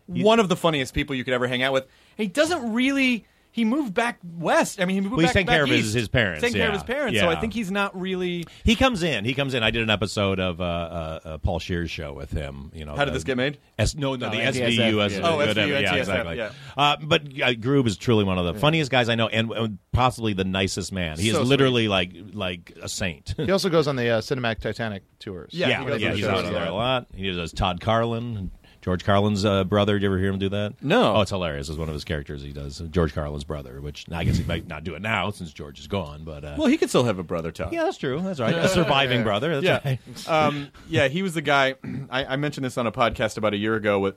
H: one of the funniest people you could ever hang out with. And he doesn't really. He moved back west. I mean, he moved
C: Well, he's
H: back,
C: taking
H: back
C: care of his-
H: east.
C: his parents,
H: Taking care of
C: yeah.
H: his parents. So I
C: Yeah.
H: think he's not really.
C: He comes in. He comes in. I did an episode of uh, uh, uh, Paul Shear's show with him. You know,
H: How did
C: the-
H: this get made?
C: S- no, no, the
E: NTSF,
C: SVU.
E: yeah.
H: Oh,
C: whatever.
H: SVU,
C: yeah,
H: NTSF,
C: exactly.
H: yeah.
C: Uh, but uh, Groob is truly one of the funniest guys I know, and uh, possibly the nicest man. He
D: So
C: is literally like like a saint.
D: He also goes on the uh, Cinematic Titanic tours.
H: Yeah,
C: yeah,
H: he goes
C: yeah,
H: on
C: he's
H: shows,
C: out there
H: yeah.
C: a lot. He does Todd Carlin. George Carlin's uh, brother. Did you ever hear him do that?
H: No.
C: Oh, it's hilarious. It's one of his characters he does. George Carlin's brother, which I guess he might not do it now since George is gone. But uh,
H: Well, he could still have a brother, Todd.
C: yeah, that's true. That's right. A surviving brother. That's
H: yeah,
C: right.
H: um, yeah. He was the guy. I, I mentioned this on a podcast about a year ago. With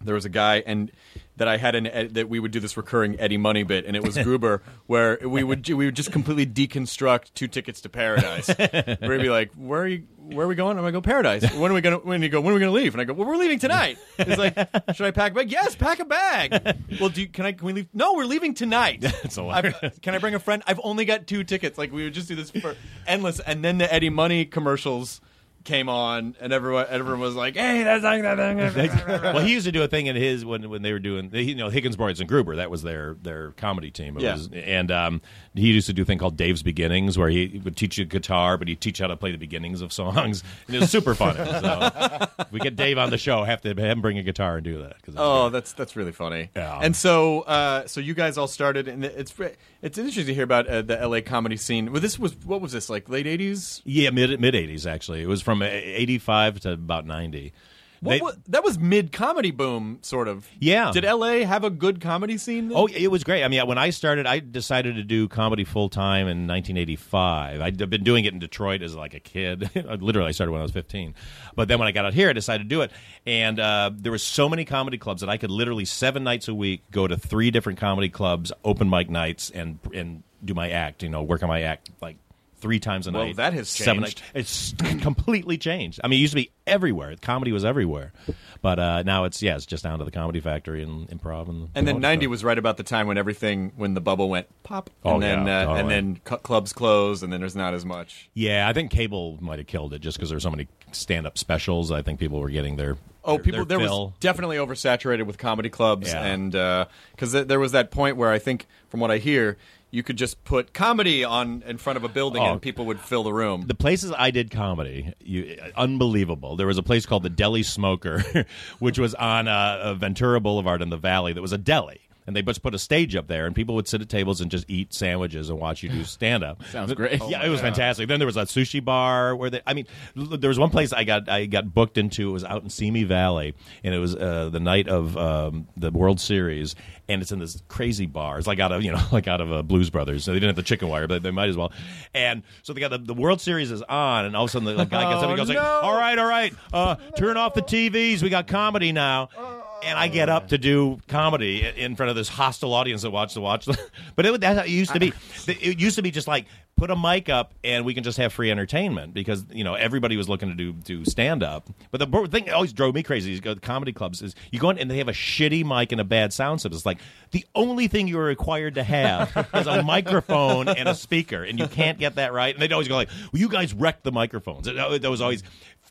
H: there was a guy and that I had an ed- that we would do this recurring Eddie Money bit, and it was Gruber, where we would we would just completely deconstruct Two Tickets to Paradise. where he'd be like, "Where are you? Where are we going?" I'm like, "Go Paradise." When are we gonna? When do you go? When are we gonna leave? And I go, "Well, we're leaving tonight." He's like, "Should I pack a bag?" Yes, pack a bag. well, do you, can I? Can we leave? No, we're leaving tonight.
C: That's hilarious.
H: I've- can I bring a friend? I've only got two tickets. Like we would just do this for endless, and then the Eddie Money commercials came on, and everyone everyone was like, "Hey, that's
C: well, he used to do a thing in his when when they were doing you know Higgins Boys and Gruber. That was their their comedy team. It
H: Yeah.
C: was, and um, he used to do a thing called Dave's Beginnings, where he would teach you guitar, but he'd teach you how to play the beginnings of songs. And it was super fun. so if we get Dave on the show. Have to have him bring a guitar and do that. 'cause it's
H: Oh,
C: great.
H: that's that's really funny.
C: Yeah.
H: And so, uh, so you guys all started, and it's it's interesting to hear about uh, the LA comedy scene. Well, this was what was this like late eighties?
C: yeah, mid mid eighties actually. It was from eighty five to about ninety. They-
H: That was mid comedy boom, sort of.
C: Yeah.
H: Did LA have a good comedy scene? Then?
C: Oh, it was great. I mean, when I started, I decided to do comedy full time in 1985. I'd been doing it in Detroit as like a kid. Literally, I started when I was 15. But then when I got out here, I decided to do it. And uh, there were so many comedy clubs that I could literally seven nights a week go to three different comedy clubs, open mic nights, and and do my act. You know, work on my act like three times a
H: Well,
C: night.
H: that has
C: seven
H: changed.
C: nights. It's completely changed. I mean, it used to be everywhere. Comedy was everywhere, but uh, now it's yeah, it's just down to the Comedy Factory and improv and
H: And
C: all
H: then
C: that
H: ninety
C: stuff.
H: was right about the time when everything when the bubble went pop,
C: Oh,
H: and then
C: yeah,
H: uh, and
C: totally.
H: then cu- clubs close, and then there's not as much.
C: Yeah, I think cable might have killed it just because there were so many stand-up specials. I think people were getting their
H: Oh,
C: their-
H: people,
C: their
H: there was
C: fill.
H: definitely oversaturated with comedy clubs,
C: Yeah.
H: and because th- there was that point where I think, from what I hear, you could just put comedy on in front of a building
C: Oh.
H: and people would fill the room.
C: the places I did comedy, you, unbelievable. There was a place called the Deli Smoker, which was on uh, uh, Ventura Boulevard in the Valley. That was a deli, and they just put a stage up there, and people would sit at tables and just eat sandwiches and watch you do stand up.
E: Sounds great.
C: yeah, it was fantastic. Then there was a sushi bar where they. I mean, l- there was one place I got I got booked into. It was out in Simi Valley, and it was uh, the night of um, the World Series, and it's in this crazy bar. It's like out of you know like out of uh, Blues Brothers. So they didn't have the chicken wire, but they might as well. And so they got the, the World Series is on, and all of a sudden the, the guy gets up and goes like, "All right, all right, uh, turn off the TVs. We got comedy now." And I get up to do comedy i- in front of this hostile audience that watched the watch. but it, was- that's how it used to be. It used to be just like put a mic up and we can just have free entertainment because you know everybody was looking to do do stand up. But the bo- thing that always drove me crazy is go to comedy clubs is you go in and they have a shitty mic and a bad sound system. It's like the only thing you are required to have is a microphone and a speaker, and you can't get that right. And they'd always go like, "Well, you guys wrecked the microphones." uh, That was always.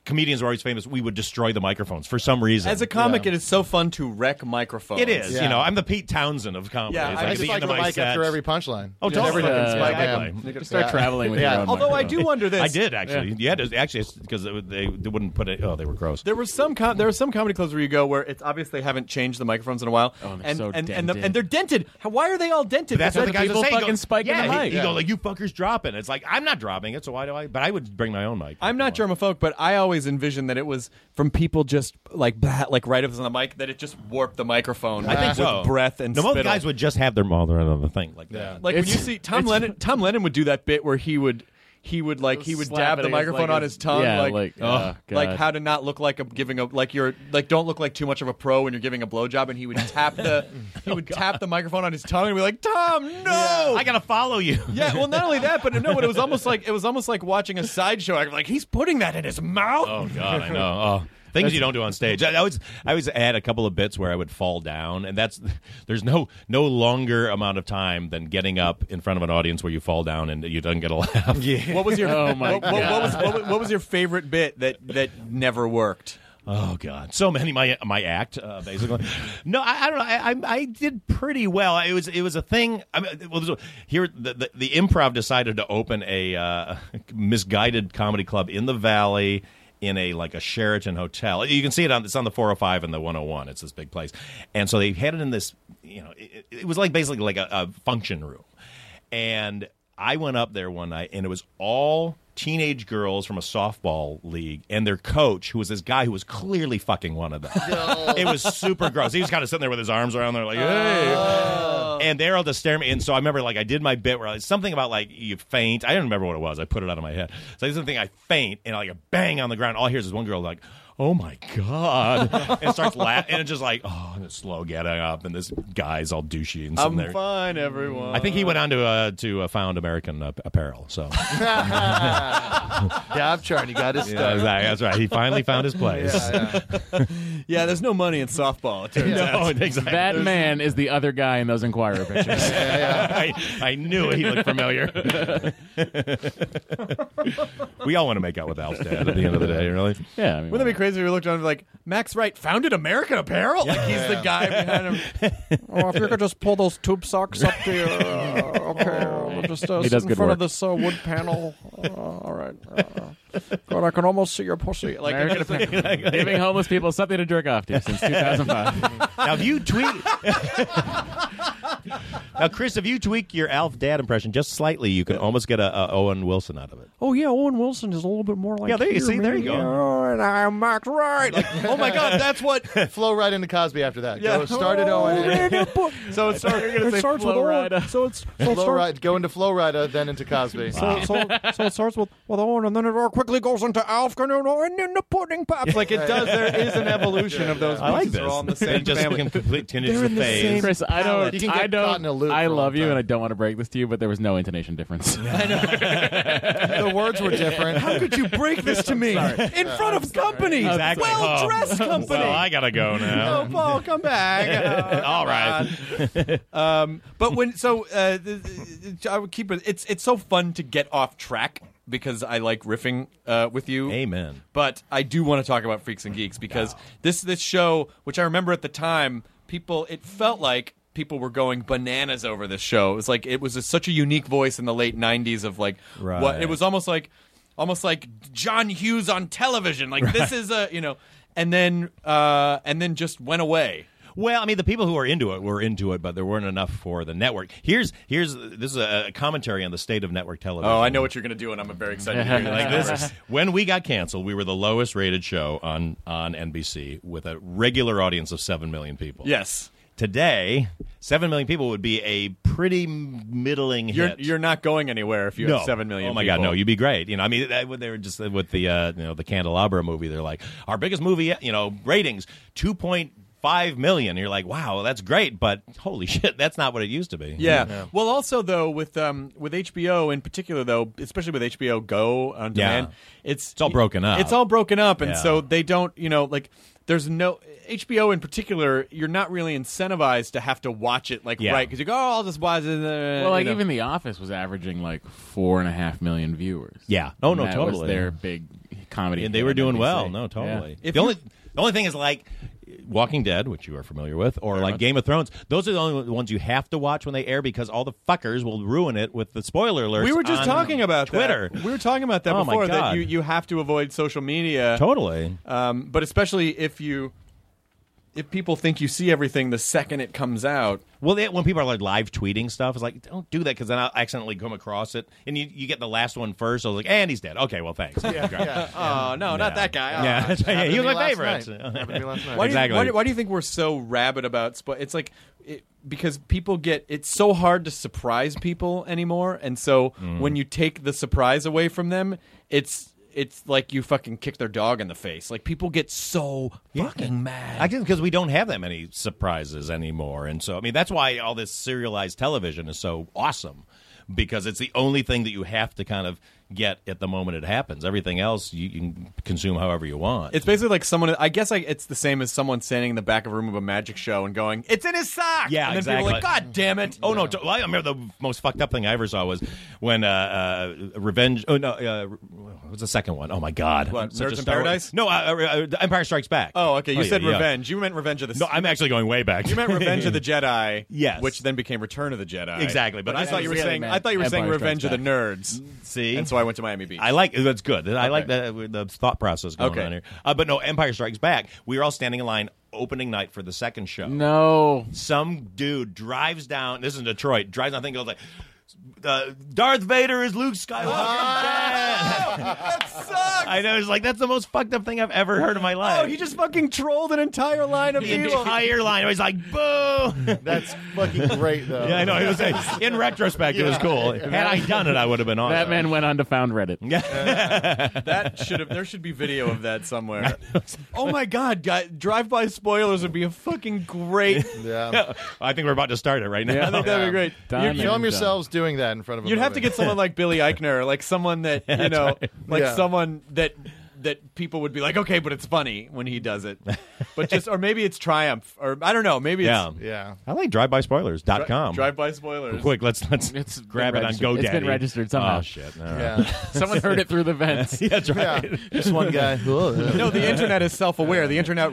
C: Comedians were always famous. We would destroy the microphones for some reason.
H: As a comic, it is so fun to wreck microphones.
C: It is.
D: Yeah.
C: You know, I'm the Pete Townsend of comedy.
H: Yeah,
C: It's
H: I
C: at
D: I
H: just
C: the
D: just
C: end
D: like
C: of
D: the
C: my
D: mic after
C: sets.
D: every punchline.
C: Oh,
D: Just every
C: totally.
D: fucking
E: Yeah,
D: spike
C: exactly.
D: man.
E: Just start
D: Yeah.
E: traveling with
D: Yeah.
E: your own
H: Although I
E: microphone.
H: do wonder this,
C: I did actually. Yeah, it is- actually, because they, they wouldn't put it. Oh, they were gross.
H: There was some com- there are some comedy clubs where you go where it's obvious they haven't changed the microphones in a while,
E: Oh, and they're
H: and
E: so
H: and and, the,
E: dented.
H: and they're dented. How- Why are they all dented?
C: That's what the guys
H: Because-
E: people
C: are saying.
E: fucking spike in
C: yeah,
E: the
C: he-
E: mic.
C: He,
E: Yeah.
C: go like, "You fuckers dropping." It's like I'm not dropping it, so why do I? But I would bring my own mic.
H: I'm not germaphobe, but I always envisioned that it was from people just like blah, like right up on the mic that it just warped the microphone.
C: I think
H: with
C: so.
H: breath and
C: the most
H: spittle.
C: guys would just have their mouth around on the thing like
D: Yeah.
C: that.
H: like when you
E: It's-
H: see Tom Lennon. Tom Lennon would do that bit where he would he would like he would
E: Slap
H: dab
E: it
H: the
E: against, like,
H: microphone on
E: his-
H: his tongue
E: yeah,
H: like
E: like, oh,
H: like
E: God.
H: how to not look like a giving a like you're like don't look like too much of a pro when you're giving a blowjob and he would tap the he
E: Oh,
H: would tap the microphone on his tongue and be like Tom no
C: I gotta follow you.
H: Yeah, well, not only that, but no, but it was almost like it was almost like watching a sideshow. act. Like he's putting that in his mouth.
C: Oh God, I know. Oh. Things you don't do on stage. I, I was I was at a couple of bits where I would fall down, and that's there's no no longer amount of time than getting up in front of an audience where you fall down and you don't get a laugh. Yeah.
H: What was your
E: Oh, my
H: what, what- what was what, was- what was your favorite bit that that never worked?
C: Oh God, so many my my act uh, basically. no, I, I don't know. I, I I did pretty well. It was it was a thing. I mean, well, there's a- here the, the the improv decided to open a uh, misguided comedy club in the valley. In a like a Sheraton hotel, you can see it on it's on the 405 and the 101. It's this big place, and so they had it in this, you know, it, it was like basically like a, a function room, and I went up there one night, and it was all teenage girls from a softball league and their coach, who was this guy who was clearly fucking one of them. It was super gross. He was kind of sitting there with his arms around there, like, hey. And they're all just staring at me. And so I remember, like, I did my bit where I, something about, like, you faint. I don't remember what it was. I put it out of my head. So I did something, I faint, and like a bang on the ground. All I hear is this one girl, like, oh my God. and starts laughing. And it's just like, oh, and it's slow getting up. And this guy's all douchey and sitting there.
H: fine, everyone.
C: I think he went on to uh, to uh, found American uh, Apparel. So
D: Job chart. He got his
C: Yeah,
D: stuff.
C: exactly. that's right. He finally found his place.
D: Yeah, yeah.
H: Yeah, there's no money in softball. It turns out.
C: No, exactly.
E: That man is the other guy in those Inquirer pictures.
C: I, I knew he looked familiar. we all want to make out with Al's dad at the end of the day, really.
E: yeah, I mean,
H: Wouldn't it be crazy if we looked on and be like Max Wright founded American Apparel? Like he's the guy behind him.
A: Oh, if you could just pull those tube socks up to your, uh, okay, uh, just uh,
E: He
A: sit
E: does
A: in
E: good
A: front
E: work.
A: of this uh, wood panel. Uh, all right. Uh, God, I can almost see your pussy. Like,
E: American Apparel. giving homeless people something to jerk off to since 2005.
C: Now, if you tweak, now Chris, if you tweak your Alf dad impression just slightly, you can almost get a, a Owen Wilson out of it.
A: oh yeah, Owen Wilson is a little bit more like.
C: Yeah, there you
A: here,
C: see, there you
A: maybe.
C: go.
A: Yeah, all and I'm Max Wright.
D: oh my God, that's what flow right into Cosby after that. Go start at
A: Oh,
D: Owen.
A: man, it bu-
C: So it starts.
E: You're gonna
A: it
E: say
A: starts with
E: Flo
A: Owen.
E: Rida.
A: So it's so it
D: Flow
A: starts,
D: rida go into Flow Rida, then into Cosby.
A: so, so, so it starts with with Owen, and then it all quickly goes into afternoon oh, and then the pudding pops. Like it does. There is an evolution of those.
C: I like
A: pieces.
C: this.
A: They're all in the same
C: it just
A: family.
C: complete
A: They're
C: continues
A: in the
C: phase.
A: same-
E: Chris, I
D: palate. You
E: don't,
D: can get
E: I
D: caught in a
E: don't,
D: loop
E: I
D: for a long
E: love you,
D: time.
E: and I don't want to break this to you, but there was no intonation difference.
D: The words were different.
A: How could you break this to me in front of company?
C: Exactly.
A: Well dressed
C: Oh.
A: company.
C: Well, I gotta go now.
H: Oh, Paul, come back.
C: All right.
H: Um, but when so uh, th- th- I would keep it. It's it's so fun to get off track because I like riffing uh, with you.
C: Amen.
H: But I do want to talk about Freaks and Geeks because this this show, which I remember at the time, people it felt like people were going bananas over this show. It was like it was a, such a unique voice in the late '90s of like what
C: Right.
H: it was almost like almost like John Hughes on television. Like this is a you know, and then uh, and then just went away.
C: Well, I mean, the people who are into it were into it, but there weren't enough for the network. Here's here's this is a commentary on the state of network television.
H: Oh, I know what you're gonna do, and I'm very excited. to hear
C: Like this, is- when we got canceled, we were the lowest rated show on on NBC with a regular audience of seven million people.
H: Yes.
C: Today, seven million people would be a pretty middling
H: You're
C: hit.
H: you're not going anywhere if you
C: no.
H: have seven million.
C: Oh my
H: people.
C: god, no! You'd be great. You know, I mean, that, when they were just with the uh, you know the Candelabra movie. They're like our biggest movie. yet," You know, ratings two point five million. You're like, wow, that's great, but holy shit, that's not what it used to be.
H: Yeah. Well, also though with um with HBO in particular though, especially with HBO Go on
C: Yeah.
H: demand, it's
C: It's all broken up.
H: It's all broken up, and
C: Yeah.
H: so they don't. You know, like there's no HBO in particular. You're not really incentivized to have to watch it like
C: Yeah.
H: right because you go, oh, I'll just watch it.
E: well, like even The Office was averaging like four and a half million viewers.
C: Yeah. Oh,
E: And
C: no,
E: that
C: totally.
E: Was their big comedy,
C: and they
E: hit
C: were
E: on
C: doing
E: NBC.
C: well. No, totally.
H: If
C: The
H: you-
C: only the only thing is like Walking Dead, which you are familiar with, or like Game of Thrones. Those are the only ones you have to watch when they air because all the fuckers will ruin it with the spoiler alerts.
H: we were just
C: on
H: talking about
C: Twitter.
H: That. We were talking about that
C: Oh, my
H: before that
C: God.
H: you you have to avoid social media.
C: Totally.
H: um, but especially if you if people think you see everything the second it comes out
C: Well, they, when people are like live tweeting stuff, it's like don't do that because then I'll accidentally come across it, and you, you get the last one first. So I was like, and he's dead. Okay, well, thanks. Yeah,
H: oh no not that guy Oh.
C: yeah.
D: Happened to
C: he was
D: me
C: my
D: last
C: favorite.
D: night. Happened to me last night.
H: why, do you,
C: Exactly.
H: why, do- why do you think we're so rabid about spo- it's like it, because people get it's so hard to surprise people anymore and so when you take the surprise away from them it's it's like you fucking kick their dog in the face like people get so fucking mad
C: I guess because we don't have that many surprises anymore, and so I mean that's why all this serialized television is so awesome because it's the only thing that you have to kind of get at the moment it happens. Everything else you, you can consume however you want.
H: it's basically like someone. I guess I, it's the same as someone standing in the back of a room of a magic show and going, "It's in his sock."
C: Yeah,
H: and then people are like,
C: exactly.
H: "God damn it!"
C: Oh no! to- well, I remember the most fucked up thing I ever saw was when uh, uh, Revenge. Oh no! Uh, what was the second one? Oh my god!
H: What,
C: I'm such a
H: Nerds in
C: Star Wars-
H: Paradise?
C: No, uh, uh, Empire Strikes Back.
H: Oh, okay. You
C: yeah,
H: said
C: yeah.
H: revenge. You meant revenge of the.
C: No, I'm actually going way back.
H: you meant revenge of the Jedi.
C: Yes.
H: Which then became Return of the Jedi.
C: Exactly, but
H: I,
C: I-
H: thought you were
E: really
H: saying.
E: meant
H: I thought you were saying
E: Empire Strikes
H: revenge of the nerds.
C: See?
H: and so I went to Miami Beach.
C: I like that's good. I like the, the thought process going
H: Okay.
C: on here. Uh, but no, Empire Strikes Back. We were all standing in line opening night for the second show.
E: No.
C: Some dude drives down. This is in Detroit. Drives down. I think goes like, uh, "Darth Vader is Luke Skywalker." I know. It's like that's the most fucked up thing I've ever heard in my life.
H: Oh, he just fucking trolled an entire line of
C: the
H: people.
C: entire line. I was like, "Boo!"
D: That's fucking great, though.
C: Yeah, I know. It was in retrospect, it was cool. Had I done it, I would have been on.
E: That man went on to found Reddit.
H: That should have. There should be video of that somewhere. oh my god! guy- Drive-by spoilers would be a fucking great.
D: Yeah.
C: I think we're about to start it right now.
H: I think that'd be great.
E: Done and
D: Film
E: done.
D: yourselves doing that in front of a
H: You'd have to
D: movie.
H: get someone like Billy Eichner, like someone that you know, like
D: Yeah.
H: someone that that people would be like, okay, but it's funny when he does it. But just or maybe it's Triumph, or I don't know. Maybe
C: Yeah.
H: it's
D: Yeah.
C: I like drivebyspoilers.com.
H: Drive by spoilers.
C: Quick, let's let's
E: It's been
C: grab it on
E: registered.
C: GoDaddy.
E: It's been registered somehow.
C: Oh shit! All right.
D: Yeah.
E: Someone heard it through the vents.
C: Yeah, that's right.
D: yeah. Just one guy.
H: No, the internet is self-aware. The internet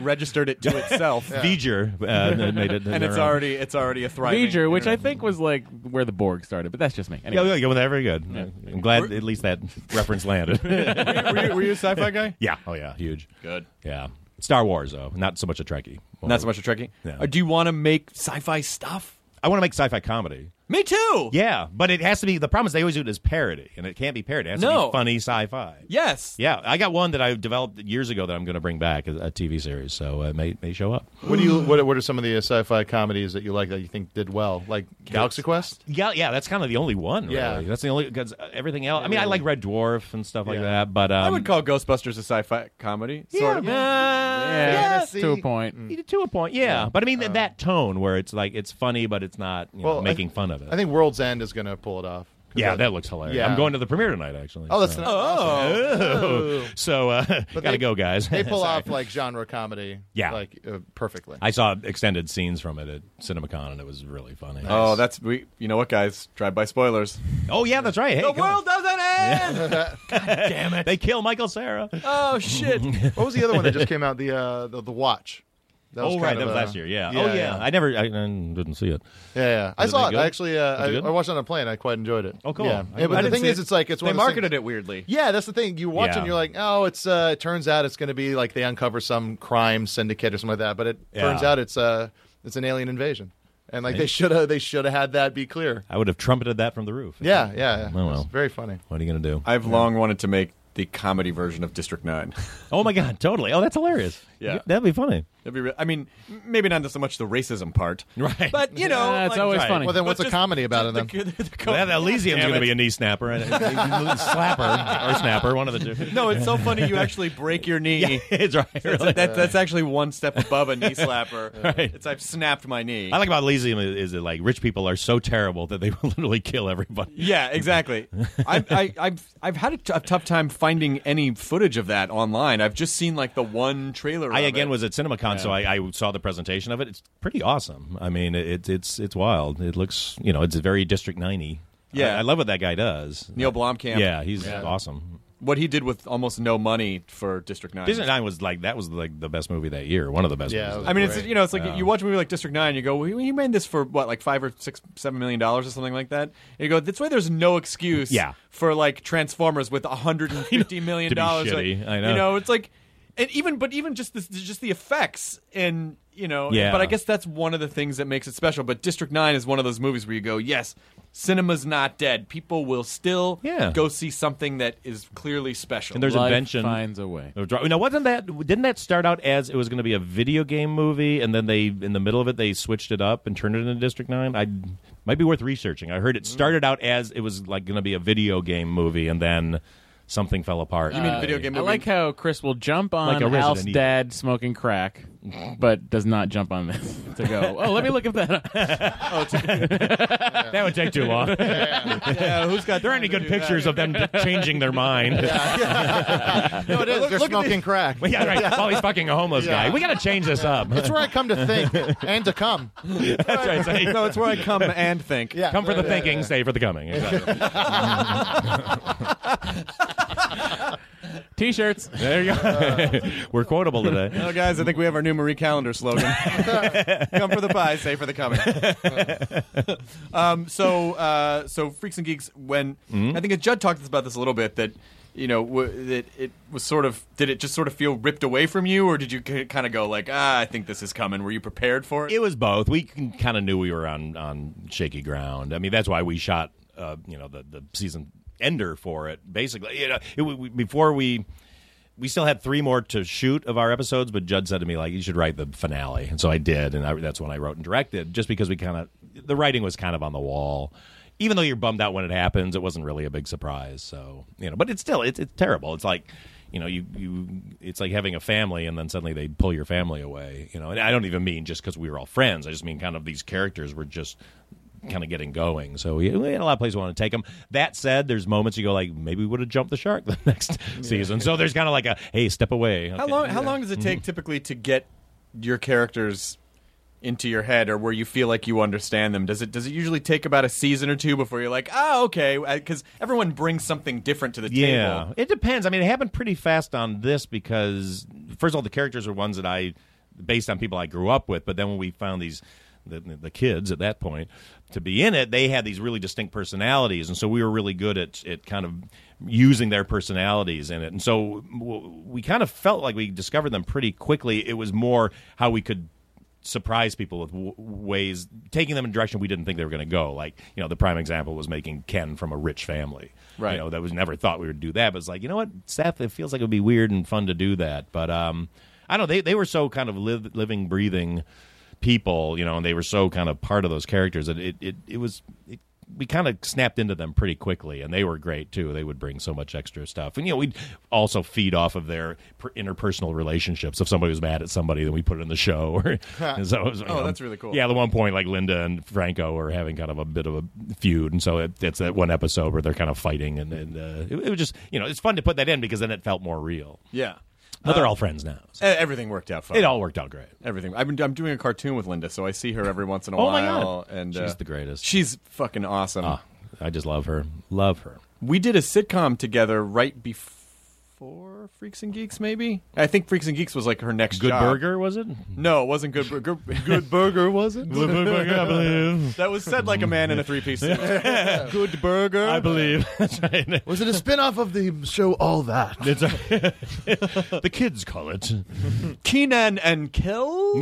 H: registered it to itself,
C: V'ger uh, made it,
H: and it's already it's already a thriving.
E: Major, which I
H: internet.
E: think was like where the Borg started, but that's just me.
C: Yeah,
E: Anyway.
C: yeah, yeah, well, they're very good. I'm glad at least that reference landed.
H: were you, were you a sci-fi guy?
C: yeah. Oh yeah, huge.
H: Good.
C: Yeah. Star Wars though, not so much a Trekkie.
H: Not so much a Trekkie.
C: Yeah.
H: Uh, Do you want to make sci-fi stuff?
C: I want to make sci-fi comedy.
H: Me too.
C: Yeah, but it has to be. The problem is they always do it as parody, and it can't be parody. It has to
H: No.
C: be funny sci-fi.
H: Yes.
C: Yeah, I got one that I developed years ago that I'm going to bring back a, a TV series, so it may may show up.
D: What do you? What, what are some of the uh, sci-fi comedies that you like that you think did well? Like Galaxy Quest.
C: Yeah, yeah, that's kind of the only one.
D: Yeah.
C: really. that's the only because everything else. I mean, I like Red Dwarf and stuff like
D: Yeah.
C: that, but um,
H: I would call Ghostbusters a sci-fi comedy.
C: yeah,
H: sort of.
C: yeah,
E: that's
D: see.
E: to a point.
C: Mm. to a point. Yeah, but I mean th- that tone where it's like it's funny, but it's not you know,
D: Um, Well, I-
C: making fun of it.
D: I think World's End is going to pull it off. 'Cause
C: yeah,
D: that-
C: that Uh, looks hilarious.
D: Yeah.
C: I'm going to the premiere tonight, actually.
D: Oh, that's
C: so.
D: not, awesome.
C: so uh, gotta
D: they-
C: go, guys.
D: They pull
C: Sorry.
D: off like genre comedy.
C: oh. Yeah.
D: like uh, perfectly.
C: I saw extended scenes from it at CinemaCon, and it was really funny.
H: Oh, that's we. You know what, guys? Drive by spoilers.
C: oh yeah, that's right. Hey,
H: the
C: come on.
H: world doesn't end.
C: damn it! They kill Michael Sarah.
H: Oh shit.
D: what was the other one that just came out? The uh, the, the Watch. That
C: oh
D: kind
C: right,
D: of
C: that was
D: a-
C: last year. Yeah. oh yeah. I never, I, I didn't see it.
D: Yeah, yeah. I
C: Was it
D: saw
C: good?
D: it. I actually, uh,
C: Was it
D: I,
C: good?
D: I watched it on a plane. I quite enjoyed it.
C: Oh, cool.
D: Yeah,
C: I-
D: Yeah,
C: I
D: but the
H: didn't
D: thing
H: see
D: is,
H: it.
D: it's like it's
H: they
D: one
H: marketed
D: of those things-
H: it weirdly.
D: Yeah, that's the thing. You watch
C: Yeah.
D: it and you're like, oh, it's. Uh, it turns out it's going to be like they uncover some crime syndicate or something like that. But it
C: Yeah.
D: turns out it's uh, it's an alien invasion, and like they should have they should have had that be clear.
C: I would have trumpeted that from the roof.
D: Yeah, yeah. yeah.
C: Oh,
D: It's
C: well.
D: very funny.
C: What are you gonna do?
H: I've long wanted to make the comedy version of District Nine.
C: Oh my god, totally. Oh, that's hilarious.
H: Yeah.
C: that'd be funny.
H: That'd be. Re- I mean, m- maybe not so much the racism part,
C: Right.
H: But you know,
E: Yeah, it's
H: like-
E: always
H: Right.
E: funny.
D: Well, then what's
H: But
D: a
H: just-
D: comedy about it
H: The,
D: then?
H: the, the co-
C: Well, that Elysium's gonna be a knee snapper, and slapper or snapper, one of the two.
H: no, it's so funny. You actually break your knee.
C: it's right.
H: That's,
C: really.
H: that- that's actually one step above a knee slapper. It's I've snapped my knee.
C: I like about Elysium is, is that like rich people are so terrible that they will literally kill everybody.
H: yeah, exactly. I, I, I've I've had a, t- a tough time finding any footage of that online. I've just seen like the one trailer.
C: I
H: of
C: again
H: it.
C: was at CinemaCon, so I, I saw the presentation of it. It's pretty awesome. I mean, it, it's it's wild. It looks, you know, it's very District 90.
H: Yeah.
C: I, I love what that guy does.
H: Neil Blomkamp.
C: Yeah, he's awesome.
H: what he did with almost no money for District Nine.
C: District 9 was like that was like the best movie that year, one of the best.
D: Yeah,
C: movies
D: it
H: I mean, it's
D: Right.
H: you know, it's like you watch a movie like District Nine, you go, well, you made this for what, like five or six, seven million dollars or something like that. And you go, that's why there's no excuse,
C: Yeah.
H: for like Transformers with a hundred and fifty million
C: To be
H: dollars. Like,
C: shitty, I know.
H: You know, it's like, and even but even just this, just the effects and you know,
C: Yeah.
H: But I guess that's one of the things that makes it special. But District Nine is one of those movies where you go, yes, cinema's not dead. People will still
C: Yeah.
H: go see something that is clearly special.
C: And there's
E: Life
C: invention.
E: finds a way.
C: It was dra- Now, wasn't that didn't that start out as it was going to be a video game movie, and then they in the middle of it they switched it up and turned it into District Nine? I might be worth researching. I heard it started out as it was like going to be a video game movie, and then something fell apart.
H: you mean video game?
E: I
H: movie?
E: like how Chris will jump on
C: Like a Resident
E: Alf's
C: Evil.
E: dad smoking crack, but does not jump on this to go. Oh, let me look at that.
C: that would take too long?
H: yeah, who's got
C: there aren't any
H: time
C: good
H: to do that?
C: pictures of them changing their mind.
D: No, it is. They're smoking crack.
C: yeah, right. Oh, he's fucking a homeless
D: Yeah.
C: guy. We got to change this up.
D: It's where I come to think and to come.
C: That's right. So,
H: no, it's where I come and think.
D: Yeah,
C: Come for the
D: Yeah, yeah,
C: thinking,
D: yeah.
C: stay for the coming. Exactly.
E: T-shirts.
C: there you go. We're quotable today.
H: Well, guys, I think we have our new Marie Calendar slogan. come for the pie, stay for the coming. um, so, uh, so freaks and geeks. When I think Judd talked about this a little bit, that you know, w- that it was sort of did it just sort of feel ripped away from you, or did you k- kind of go like, ah, I think this is coming? Were you prepared for it?
C: It was both. We kind of knew we were on on shaky ground. I mean, that's why we shot, uh, you know, the the season ender for it. Basically, you know, it, we, before we. We still had three more to shoot of our episodes, but Judd said to me, "Like you should write the finale," and so I did, and I, that's when I wrote and directed. Just because we kind of the writing was kind of on the wall, even though you're bummed out when it happens, it wasn't really a big surprise. So you know, but it's still it's, it's terrible. It's like you know, you, you it's like having a family and then suddenly they pull your family away, you know. And I don't even mean just because we were all friends. I just mean kind of these characters were just kind of getting going. So we, we had a lot of places we want to take them. That said, there's moments you go like, maybe we would have jumped the shark the next season. So there's kind of like a, hey, step away.
H: How
C: Okay. Mm-hmm.
H: long? How long does it take typically to get your characters? into your head or where you feel like you understand them does it does it usually take about a season or two before you're like oh okay because everyone brings something different to the
C: Yeah,
H: table
C: it depends. I mean, it happened pretty fast on this because first of all, the characters are ones that I based on people I grew up with, but then when we found these. The, the kids at that point to be in it they had these really distinct personalities and so we were really good at, at kind of using their personalities in it and so w- we kind of felt like we discovered them pretty quickly it was more how we could surprise people with w- ways, taking them in a direction we didn't think they were going to go. Like, you know, the prime example was making Ken from a rich family.
H: Right.
C: You know, that was never thought we would do that, but it's like, you know what, Seth, it feels like it would be weird and fun to do that. But um, I don't know, they, they were so kind of live, living, breathing people, you know, and they were so kind of part of those characters that it, it, it was. It, we kind of snapped into them pretty quickly, and they were great too. They would bring so much extra stuff, and you know we'd also feed off of their per- interpersonal relationships. If somebody was mad at somebody, then we put it in the show. Or, and so it was, you
H: Oh, that's really cool.
C: Yeah, at the one point, like Linda and Franco are having kind of a bit of a feud, and so it, it's that one episode where they're kind of fighting, and, and uh, it, it was just you know it's fun to put that in because then it felt more real.
H: Yeah.
C: But they're all friends now.
H: E-
C: so
H: Everything worked out fine.
C: it all worked out great.
H: Everything. I've been, I'm doing a cartoon with Linda, so I see her every once in a
C: Oh my
H: while.
C: God.
H: And
C: She's
H: uh,
C: the greatest.
H: She's fucking awesome.
C: Ah, I just love her, love her.
H: We did a sitcom together right before Freaks and Geeks, maybe. I think Freaks and Geeks was like her next
C: Good
H: job.
C: Burger was it?
H: No, it wasn't Good Burger. Good, Good Burger was it?
C: Good Burger, I believe.
H: that was said like a man in a three piece suit.
C: Good Burger, I believe. That's right.
D: Was it a spin-off of the show All That?
C: It's a- the kids call it.
H: Keenan and Kill.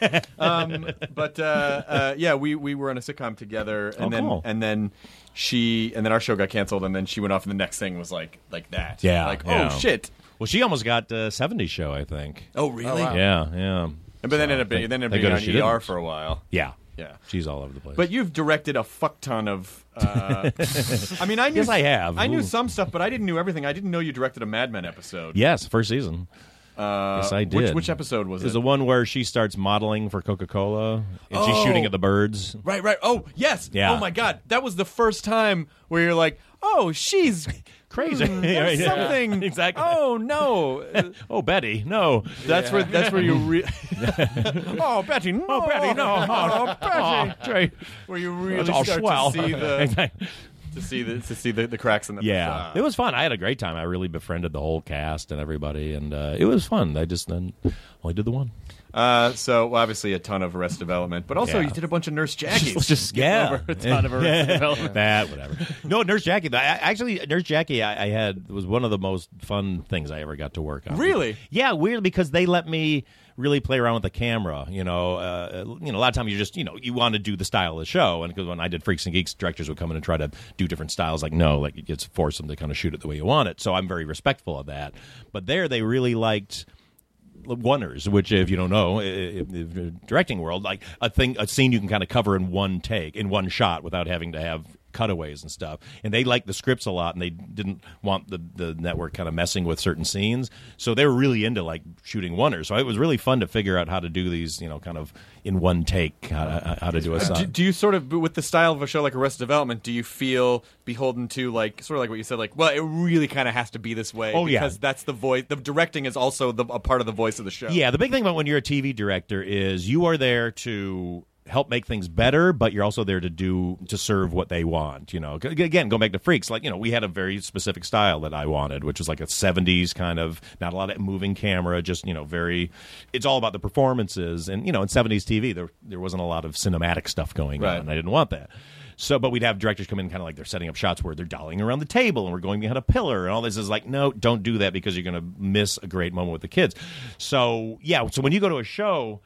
H: um, but uh, uh, yeah, we, we were on a sitcom together, and
C: Oh,
H: then
C: cool.
H: and then she and then our show got canceled, and then she went off, and the next thing was like like that.
C: Yeah,
H: like
C: yeah.
H: oh shit.
C: Well, she almost got uh, 70 show, I think.
H: Oh really?
C: Yeah, yeah.
H: But then ended up being,
C: they-
H: then ended
C: they
H: up
C: go to
H: being on ER
C: She Didn't.
H: for a while.
C: Yeah.
H: Yeah.
C: She's all over the place.
H: But you've directed a fuck ton of. Uh, I mean, I knew
C: Yes, I have.
H: I knew
C: Ooh.
H: some stuff, but I didn't know everything. I didn't know you directed a Mad Men episode.
C: yes, first season.
H: Uh,
C: yes, I did.
H: Which, which episode was
C: Is
H: it?
C: the one where she starts modeling for Coca Cola and she's
H: Oh.
C: shooting at the birds.
H: Right, right. Oh, yes.
C: Yeah.
H: Oh my God, that was the first time where you're like, oh, she's
C: Crazy.
H: hmm, there's
C: Yeah.
H: something.
C: Exactly.
H: Oh no.
C: Oh, Betty, no.
H: That's where. That's where you. Re- oh, Betty. No.
C: Oh, Betty, no. Oh,
H: Betty.
C: Betty.
H: Where you really
C: It's all
H: start
C: swell.
H: to see the
C: Exactly.
H: to see the to see the, the cracks in the
C: Yeah,
H: facade.
C: it was fun. I had a great time. I really befriended the whole cast and everybody, and uh, it was fun. I just then only did the one.
H: Uh, so well, obviously a ton of Arrest Development, but also
C: Yeah.
H: you did a bunch of Nurse Jackies.
C: Let's just skip
H: Yeah.
C: over a ton of Arrested Development. that whatever. No, Nurse Jackie. I, I- actually, Nurse Jackie, I, I had was one of the most fun things I ever got to work on.
H: Really?
C: Yeah, weird because they let me really play around with the camera. You know, uh, you know, a lot of times you just you know you want to do the style of the show, and because when I did Freaks and Geeks, directors would come in and try to do different styles. Like no, like it's force them to kind of shoot it the way you want it. So I'm very respectful of that. But there, they really liked oneers, which if you don't know, i- i- if- if- directing world, like a thing, a scene you can kind of cover in one take, in one shot, without having to have cutaways and stuff. And they liked the scripts a lot, and they didn't want the the network kind of messing with certain scenes, so they were really into like shooting oneers. So it was really fun to figure out how to do these, you know, kind of in one take, how to, how to do a
H: do,
C: scene.
H: do you sort of with the style of a show like Arrest Development? Do you feel beholden to like sort of like what you said, like well, it really kind of has to be this way.
C: Oh, yeah.
H: because that's the voice. The directing is also the, a part of the voice of the show.
C: Yeah, the big thing about when you're a TV director is you are there to help make things better, but you're also there to do to serve what they want. You know, G- again, go back to Freaks. Like you know, we had a very specific style that I wanted, which was like a '70s kind of not a lot of moving camera, just you know, very. It's all about the performances, and you know, in '70s TV there there wasn't a lot of cinematic stuff going
H: Right.
C: on, and I didn't want that. So, but we'd have directors come in, kind of like they're setting up shots where they're dollying around the table and we're going behind a pillar and all this is like, no, don't do that because you're going to miss a great moment with the kids. So, yeah, so when you go to a show,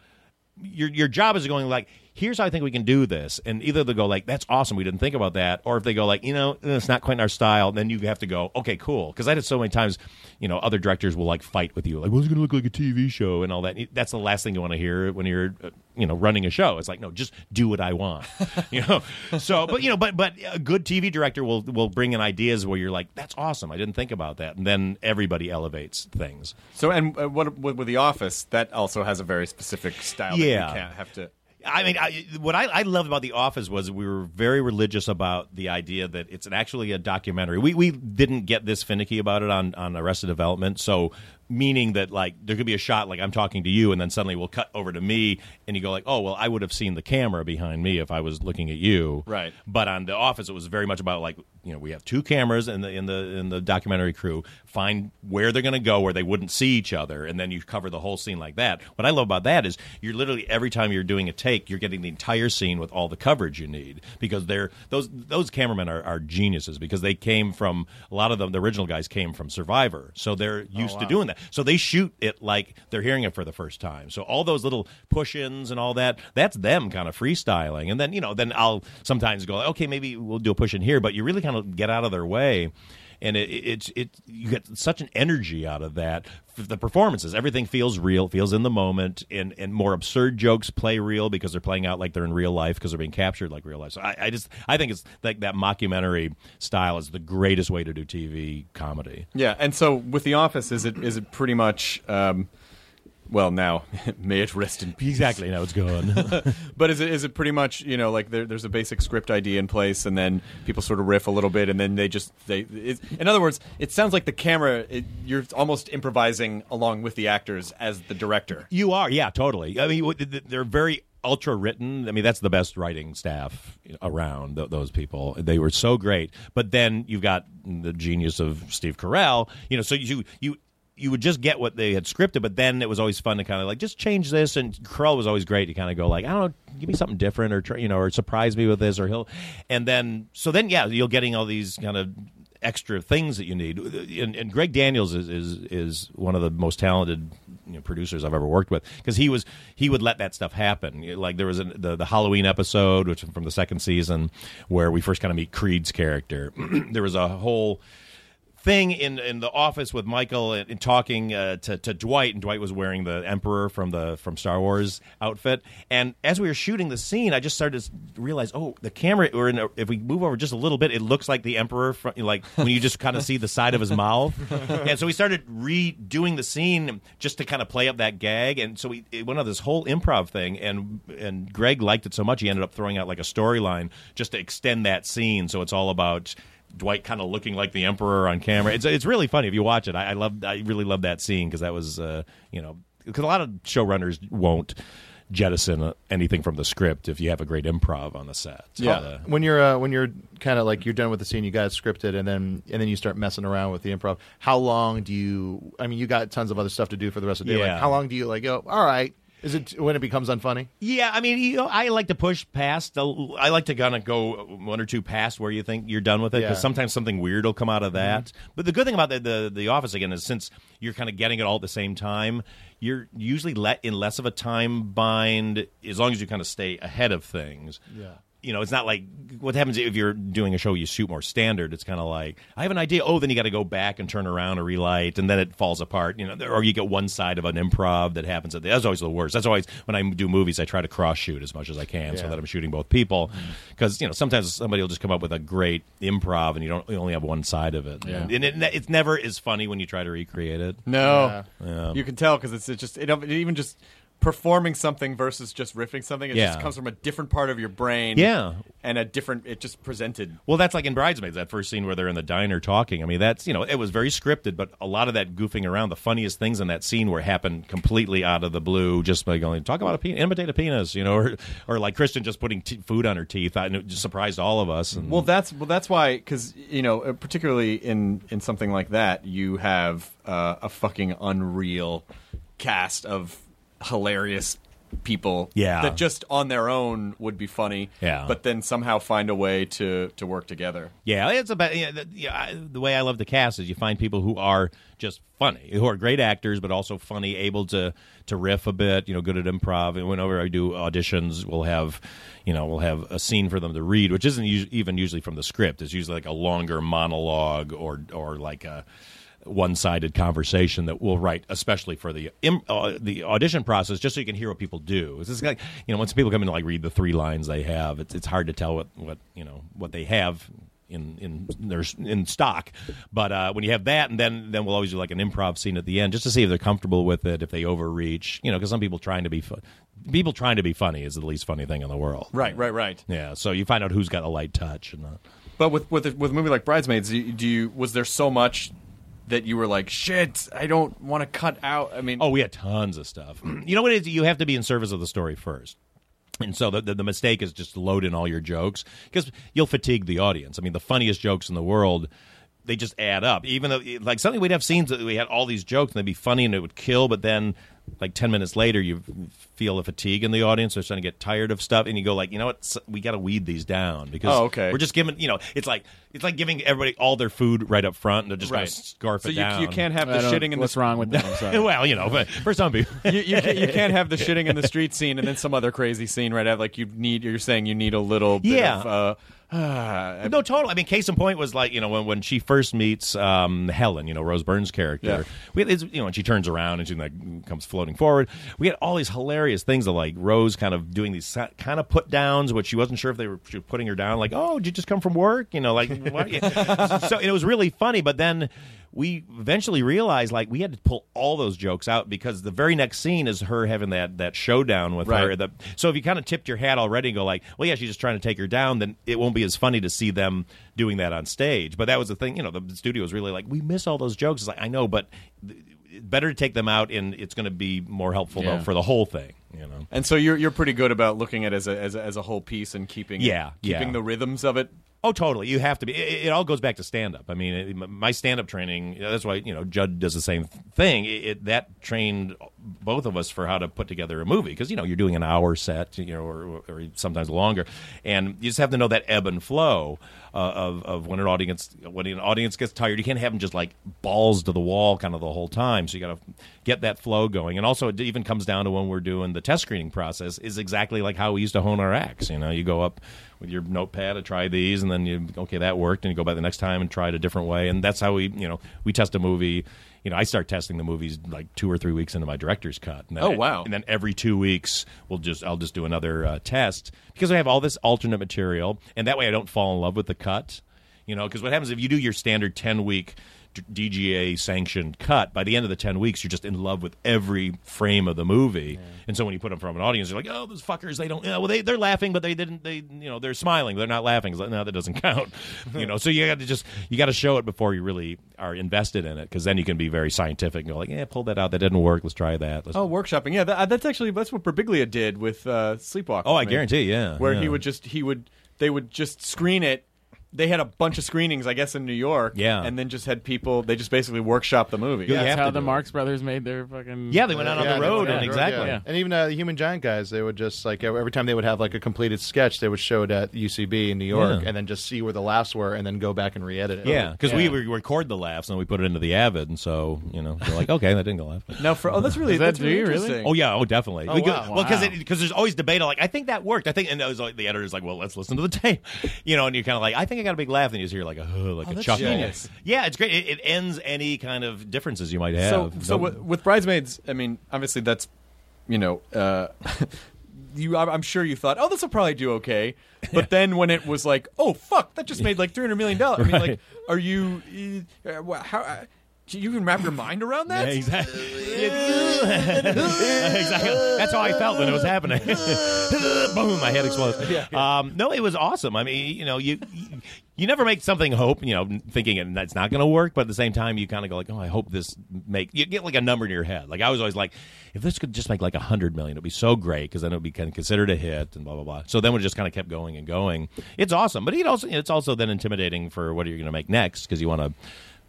C: your your job is going like, here's how I think we can do this, and either they go like, that's awesome, we didn't think about that, or if they go like, you know, eh, it's not quite in our style, then you have to go, okay, cool, because I did so many times, you know, other directors will like fight with you, like, well, it's going to look like a TV show and all that. That's the last thing you want to hear when you're, uh, you know, running a show. It's like, no, just do what I want, you know. So, but you know, but but a good TV director will will bring in ideas where you're like, that's awesome, I didn't think about that, and then everybody elevates things.
H: So and uh, what, what with the Office, that also has a very specific style.
C: Yeah.
H: That you can't have to.
C: I mean, I, what I, I loved about The Office was we were very religious about the idea that it's an, actually a documentary. We, we didn't get this finicky about it on, on Arrested Development. So, meaning that, like, there could be a shot, like, I'm talking to you, and then suddenly we'll cut over to me, and you go, like, oh, well, I would have seen the camera behind me if I was looking at you.
H: Right.
C: But on The Office, it was very much about, like, you know, we have two cameras in the, in the, in the documentary crew. Find where they're going to go where they wouldn't see each other, and then you cover the whole scene like that. What I love about that is you're literally every time you're doing a take, you're getting the entire scene with all the coverage you need because they're those those cameramen are, are geniuses because they came from a lot of them. The original guys came from Survivor, so they're used to doing that. that. So they shoot it like they're hearing it for the first time. So all those little push-ins and all that, that's them kind of freestyling. And then, you know, then I'll sometimes go, okay, maybe we'll do a push in here, but you really kind of get out of their way. And it, it, it's it you get such an energy out of that. F- The performances, everything feels real, feels in the moment, and, and more absurd jokes play real because they're playing out like they're in real life because they're being captured like real life. So I, I just I think it's like that mockumentary style is the greatest way to do TV comedy.
H: Yeah, and so with The Office, is it is it pretty much? Um, well, now may it rest in peace.
C: Exactly, now it's gone.
H: But is it is it pretty much you know like there, there's a basic script idea in place, and then people sort of riff a little bit, and then they just they. It, in other words, it sounds like the camera. It, you're almost improvising along with the actors as the director.
C: You are, yeah, totally. I mean, w- th- th- they're very ultra written. I mean, that's the best writing staff around. Th- those people, they were so great. But then you've got the genius of Steve Carell. You know, so you you. You would just get what they had scripted, but then it was always fun to kind of like just change this. And Carell was always great to kind of go like, I don't know, give me something different, or try, you know, or surprise me with this, or he'll. And then so then yeah, you're getting all these kind of extra things that you need. And, and Greg Daniels is, is is one of the most talented you know, producers I've ever worked with because he was he would let that stuff happen. You know, Like there was an, the the Halloween episode, which from the second season, where we first kind of meet Creed's character. there was a whole thing in, in the office with Michael and, and talking uh, to, to Dwight, and Dwight was wearing the Emperor from the from Star Wars outfit. And as we were shooting the scene, I just started to s- realize, oh, the camera. Or in a, if we move over just a little bit, it looks like the Emperor, fro- like when you just kind of see the side of his mouth. and so we started redoing the scene just to kind of play up that gag. And so we it went on this whole improv thing, and and Greg liked it so much he ended up throwing out like a storyline just to extend that scene. So it's all about. Dwight kind of looking like the emperor on camera. It's it's really funny if you watch it. I, I love I really love that scene because that was uh, you know because a lot of showrunners won't jettison uh, anything from the script if you have a great improv on the set.
H: Yeah.
C: Uh,
D: when you're uh, when you're kind of like you're done with the scene, you got it scripted, and then and then you start messing around with the improv. How long do you? I mean, you got tons of other stuff to do for the rest of the day.
C: Yeah.
D: Like, how long do you like? go? all right. Is it when it becomes unfunny?
C: Yeah, I mean, you know, I like to push past. The, I like to kind of go one or two past where you think you're done with it because
D: Yeah.
C: sometimes something weird will come out of that. But the good thing about the, the the office again is since you're kind of getting it all at the same time, you're usually let in less of a time bind as long as you kind of stay ahead of things. Yeah. You know, it's not like what happens if you're doing a show you shoot more standard. It's kind of like I have an idea. Oh, then you got to go back and turn around or relight, and then it falls apart. You know, or you get one side of an improv that happens at the. That's always the worst. That's always when I do movies, I try to cross shoot as much as I can so
D: Yeah.
C: that I'm shooting both people, because you know sometimes somebody will just come up with a great improv and you don't you only have one side of it.
E: Yeah.
C: And it, it's never as funny when you try to recreate it.
H: No, you can tell because it's, it's just it, even just performing something versus just riffing something. It
C: Yeah.
H: just comes from a different part of your brain.
C: Yeah.
H: and a different. It just presented.
C: Well, that's like in Bridesmaids, that first scene where they're in the diner talking. I mean, that's, you know, it was very scripted, but a lot of that goofing around, the funniest things in that scene were happened completely out of the blue, just by going, talk about a penis, imitate a penis, you know, or, or like Kristen just putting t- food on her teeth. I, and it just surprised all of us. And,
H: Well, that's well, that's why because you know, uh, particularly in in something like that, you have uh, a fucking unreal cast of hilarious people.
C: Yeah.
H: that just on their own would be funny.
C: Yeah.
H: but then somehow find a way to to work together.
C: Yeah, it's about yeah, the, yeah, I- the way I love to cast is you find people who are just funny, who are great actors, but also funny, able to to riff a bit, you know, good at improv. And whenever I do auditions, we'll have, you know, we'll have a scene for them to read, which isn't us- even usually from the script. It's usually like a longer monologue or or like a one-sided conversation that we'll write especially for the im- uh, the audition process just so you can hear what people do it's just like you know once people come in to like read the three lines they have it's, it's hard to tell what what you know what they have in in their in stock but uh, when you have that and then then we'll always do like an improv scene at the end just to see if they're comfortable with it if they overreach you know because some people trying to be fu- people trying to be funny is the least funny thing in the world
H: Right, right, right.
C: yeah so you find out who's got a light touch and not
H: But with with a, with a movie like Bridesmaids, do you, do you was there so much that you were like, shit, I don't want to cut out. I mean,
C: Oh, we had tons of stuff. you know what it is? You have to be in service of the story first. And so the, the, the mistake is just to load in all your jokes because you'll fatigue the audience. I mean, the funniest jokes in the world, they just add up. Even though, like, suddenly we'd have scenes that we had all these jokes and they'd be funny and it would kill, but then, like, 10 minutes later, you feel a fatigue in the audience. They're starting to get tired of stuff. And you go, like, you know what? S- We got to weed these down because
H: Oh, okay.
C: we're just giving, you know, it's like It's like giving everybody all their food right up front, and they're just going
H: Right.
C: to scarf
H: So
C: it
H: you,
C: down.
H: you can't have the
E: I don't-
H: shitting in the
E: what's wrong with that? I'm sorry.
C: Well, you know, but for some people,
H: you, you, can't, you can't have the shitting in the street scene and then some other crazy scene right after. Like you need, you're saying you need a little bit
C: Yeah.
H: of. Uh, ah,
C: No, total. I mean, case in point was like you know when, when she first meets um, Helen, you know Rose Byrne's character.
H: Yeah.
C: We, it's, you know, and she turns around and she like comes floating forward. We had all these hilarious things that like Rose kind of doing these si- kind of put downs, which she wasn't sure if they were she was putting her down. Like, oh, did you just come from work? You know, like what? so and it was really funny. But then we eventually realized like we had to pull all those jokes out because the very next scene is her having that that showdown with her.
H: Right.
C: The, so if you kind of tipped your hat already and go like, well, yeah, she's just trying to take her down, then it won't be as funny to see them doing that on stage. But that was the thing, you know, the studio was really like, we miss all those jokes. It's like I know, but th- better to take them out, and it's going to be more helpful though,
E: Yeah.
C: for the whole thing. You know,
H: and so you're you're pretty good about looking at it as a as a, as a whole piece and keeping it-
C: Yeah, yeah.
H: keeping the rhythms of it.
C: Oh, totally. You have to be. It, it all goes back to stand up. I mean, it, my stand up training. That's why you know Judd does the same thing. It, it, that trained both of us for how to put together a movie because you know you're doing an hour set, you know, or, or sometimes longer, and you just have to know that ebb and flow uh, of of when an audience when an audience gets tired. You can't have them just like balls to the wall kind of the whole time. So you got to get that flow going. And also, it even comes down to when we're doing the test screening process is exactly like how we used to hone our acts. You know, you go up with your notepad to try these, and then you okay that worked, and you go by the next time and try it a different way, and that's how we you know we test a movie. You know, I start testing the movies like two or three weeks into my director's cut. And then
H: Oh, wow.
C: And then every two weeks we'll just I'll just do another uh, test because I have all this alternate material, and that way I don't fall in love with the cut. You know, because what happens if you do your standard ten week DGA sanctioned cut? By the end of the ten weeks, you're just in love with every frame of the movie, and so when you put them from an audience, you're like, oh, those fuckers, they don't. Yeah, well, they they're laughing, but they didn't. They you know they're smiling, but they're not laughing. It's like, no, that doesn't count. you know, so you got to just you got to show it before you really are invested in it, because then you can be very scientific and go like, yeah, pull that out, that didn't work. Let's try that. Let's
H: Oh, workshopping. Yeah, that, that's actually that's what Berbiglia did with uh, Sleepwalk.
C: Oh,
H: with
C: I
H: Me,
C: guarantee, yeah,
H: Where
C: yeah.
H: he would just he would they would just screen it. They had a bunch of screenings, I guess, in New York.
C: Yeah.
H: and then just had people. They just basically workshop the movie.
C: Yeah. You have
E: That's
C: to
E: how the
C: do it.
E: Marx Brothers made their fucking.
C: Yeah, they went out on
D: Yeah,
C: the
D: they
C: road,
D: went on
C: and
D: the road,
C: exactly.
D: yeah. And even uh, the Human Giant guys, they would just like every time they would have like a completed sketch, they would show it at UCB in New York,
C: Yeah.
D: and then just see where the laughs were, and then go back and re-edit it.
C: Yeah, because we re- record the laughs and then we put it into the Avid, and so you know they're like, okay, that didn't go laugh.
H: Now for oh, that's really
E: Is that
H: that's really
E: do you really?
H: interesting.
C: Oh yeah, oh definitely. we go,
E: wow.
C: Well, because
E: Wow.
C: because there's always debate. on, Like I think that worked. I think and it was like, the editor's like, well, let's listen to the tape, you know. And you're kind of like, I think I got a big laugh, and you just hear like a "Huh," like a
H: that's
C: chuckle.
H: genius.
C: Yeah, it's great. It, it ends any kind of differences you might have.
H: So, so
C: Don't-
H: wi- with bridesmaids, I mean, obviously that's, you know, uh, you. I'm I'm sure you thought, oh, this will probably do okay, but then when it was like, oh fuck, that just made like three hundred million dollars. I mean, like,
C: Right.
H: are you? Uh, uh, wha- how? Uh, do you even wrap your mind around
C: Yeah,
H: that?
C: exactly. exactly. That's how I felt when it was happening. Boom, my head exploded. Um, no, it was awesome. I mean, you know, you you never make something hope, you know, thinking it- that's not going to work, but at the same time, you kind of go like, oh, I hope this make. You get like a number in your head. Like I was always like, if this could just make like a hundred million, it'd be so great because then it'd be kind of considered a hit and blah blah blah. So then we just kind of kept going and going. It's awesome, but it also it's also then intimidating for what are you going to make next because you want to.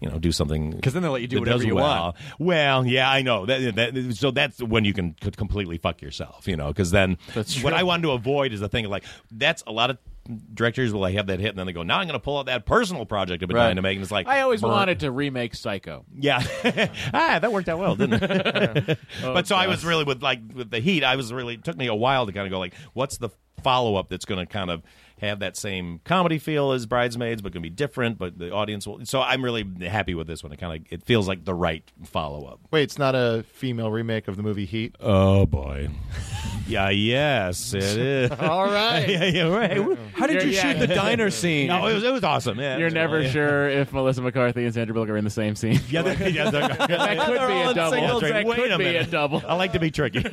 C: You know, do something because
H: then they'll let you do
C: that
H: whatever
C: does
H: you
C: well.
H: want.
C: Well, yeah, I know. That, that, so that's when you can c- completely fuck yourself, you know, because then what I wanted to avoid is the thing of like, that's a lot of directors will like, have that hit and then they go, now I'm going to pull out that personal project I've been
H: Right.
C: trying to make. And it's like,
E: I always
C: burn.
E: wanted to remake Psycho.
C: Yeah. ah, that worked out Oh, well, didn't it? but so I was really with like, with the heat, I was really, it took me a while to kind of go like, what's the follow up that's going to kind of have that same comedy feel as Bridesmaids, but going to be different, but the audience will. So I'm really happy with this one. It kind of, it feels like the right follow up.
D: Wait, it's not a female remake of the movie Heat.
C: Oh boy. yeah. Yes, it is.
D: All right.
C: yeah. Yeah. Right.
H: How did you
E: Oh, Yeah,
H: shoot the diner scene?
C: No, it was, it was awesome. Yeah, it
E: You're
C: was-
E: never
C: yeah.
E: sure if Melissa McCarthy and Sandra Bullock are in the same scene.
C: Yeah, they- yeah, they're-
E: That could
H: they're
E: be
H: all
E: a
H: in
E: double.
H: singles.
E: That
C: Wait
E: could
C: a
E: be a
C: minute.
E: double.
C: I like to be tricky.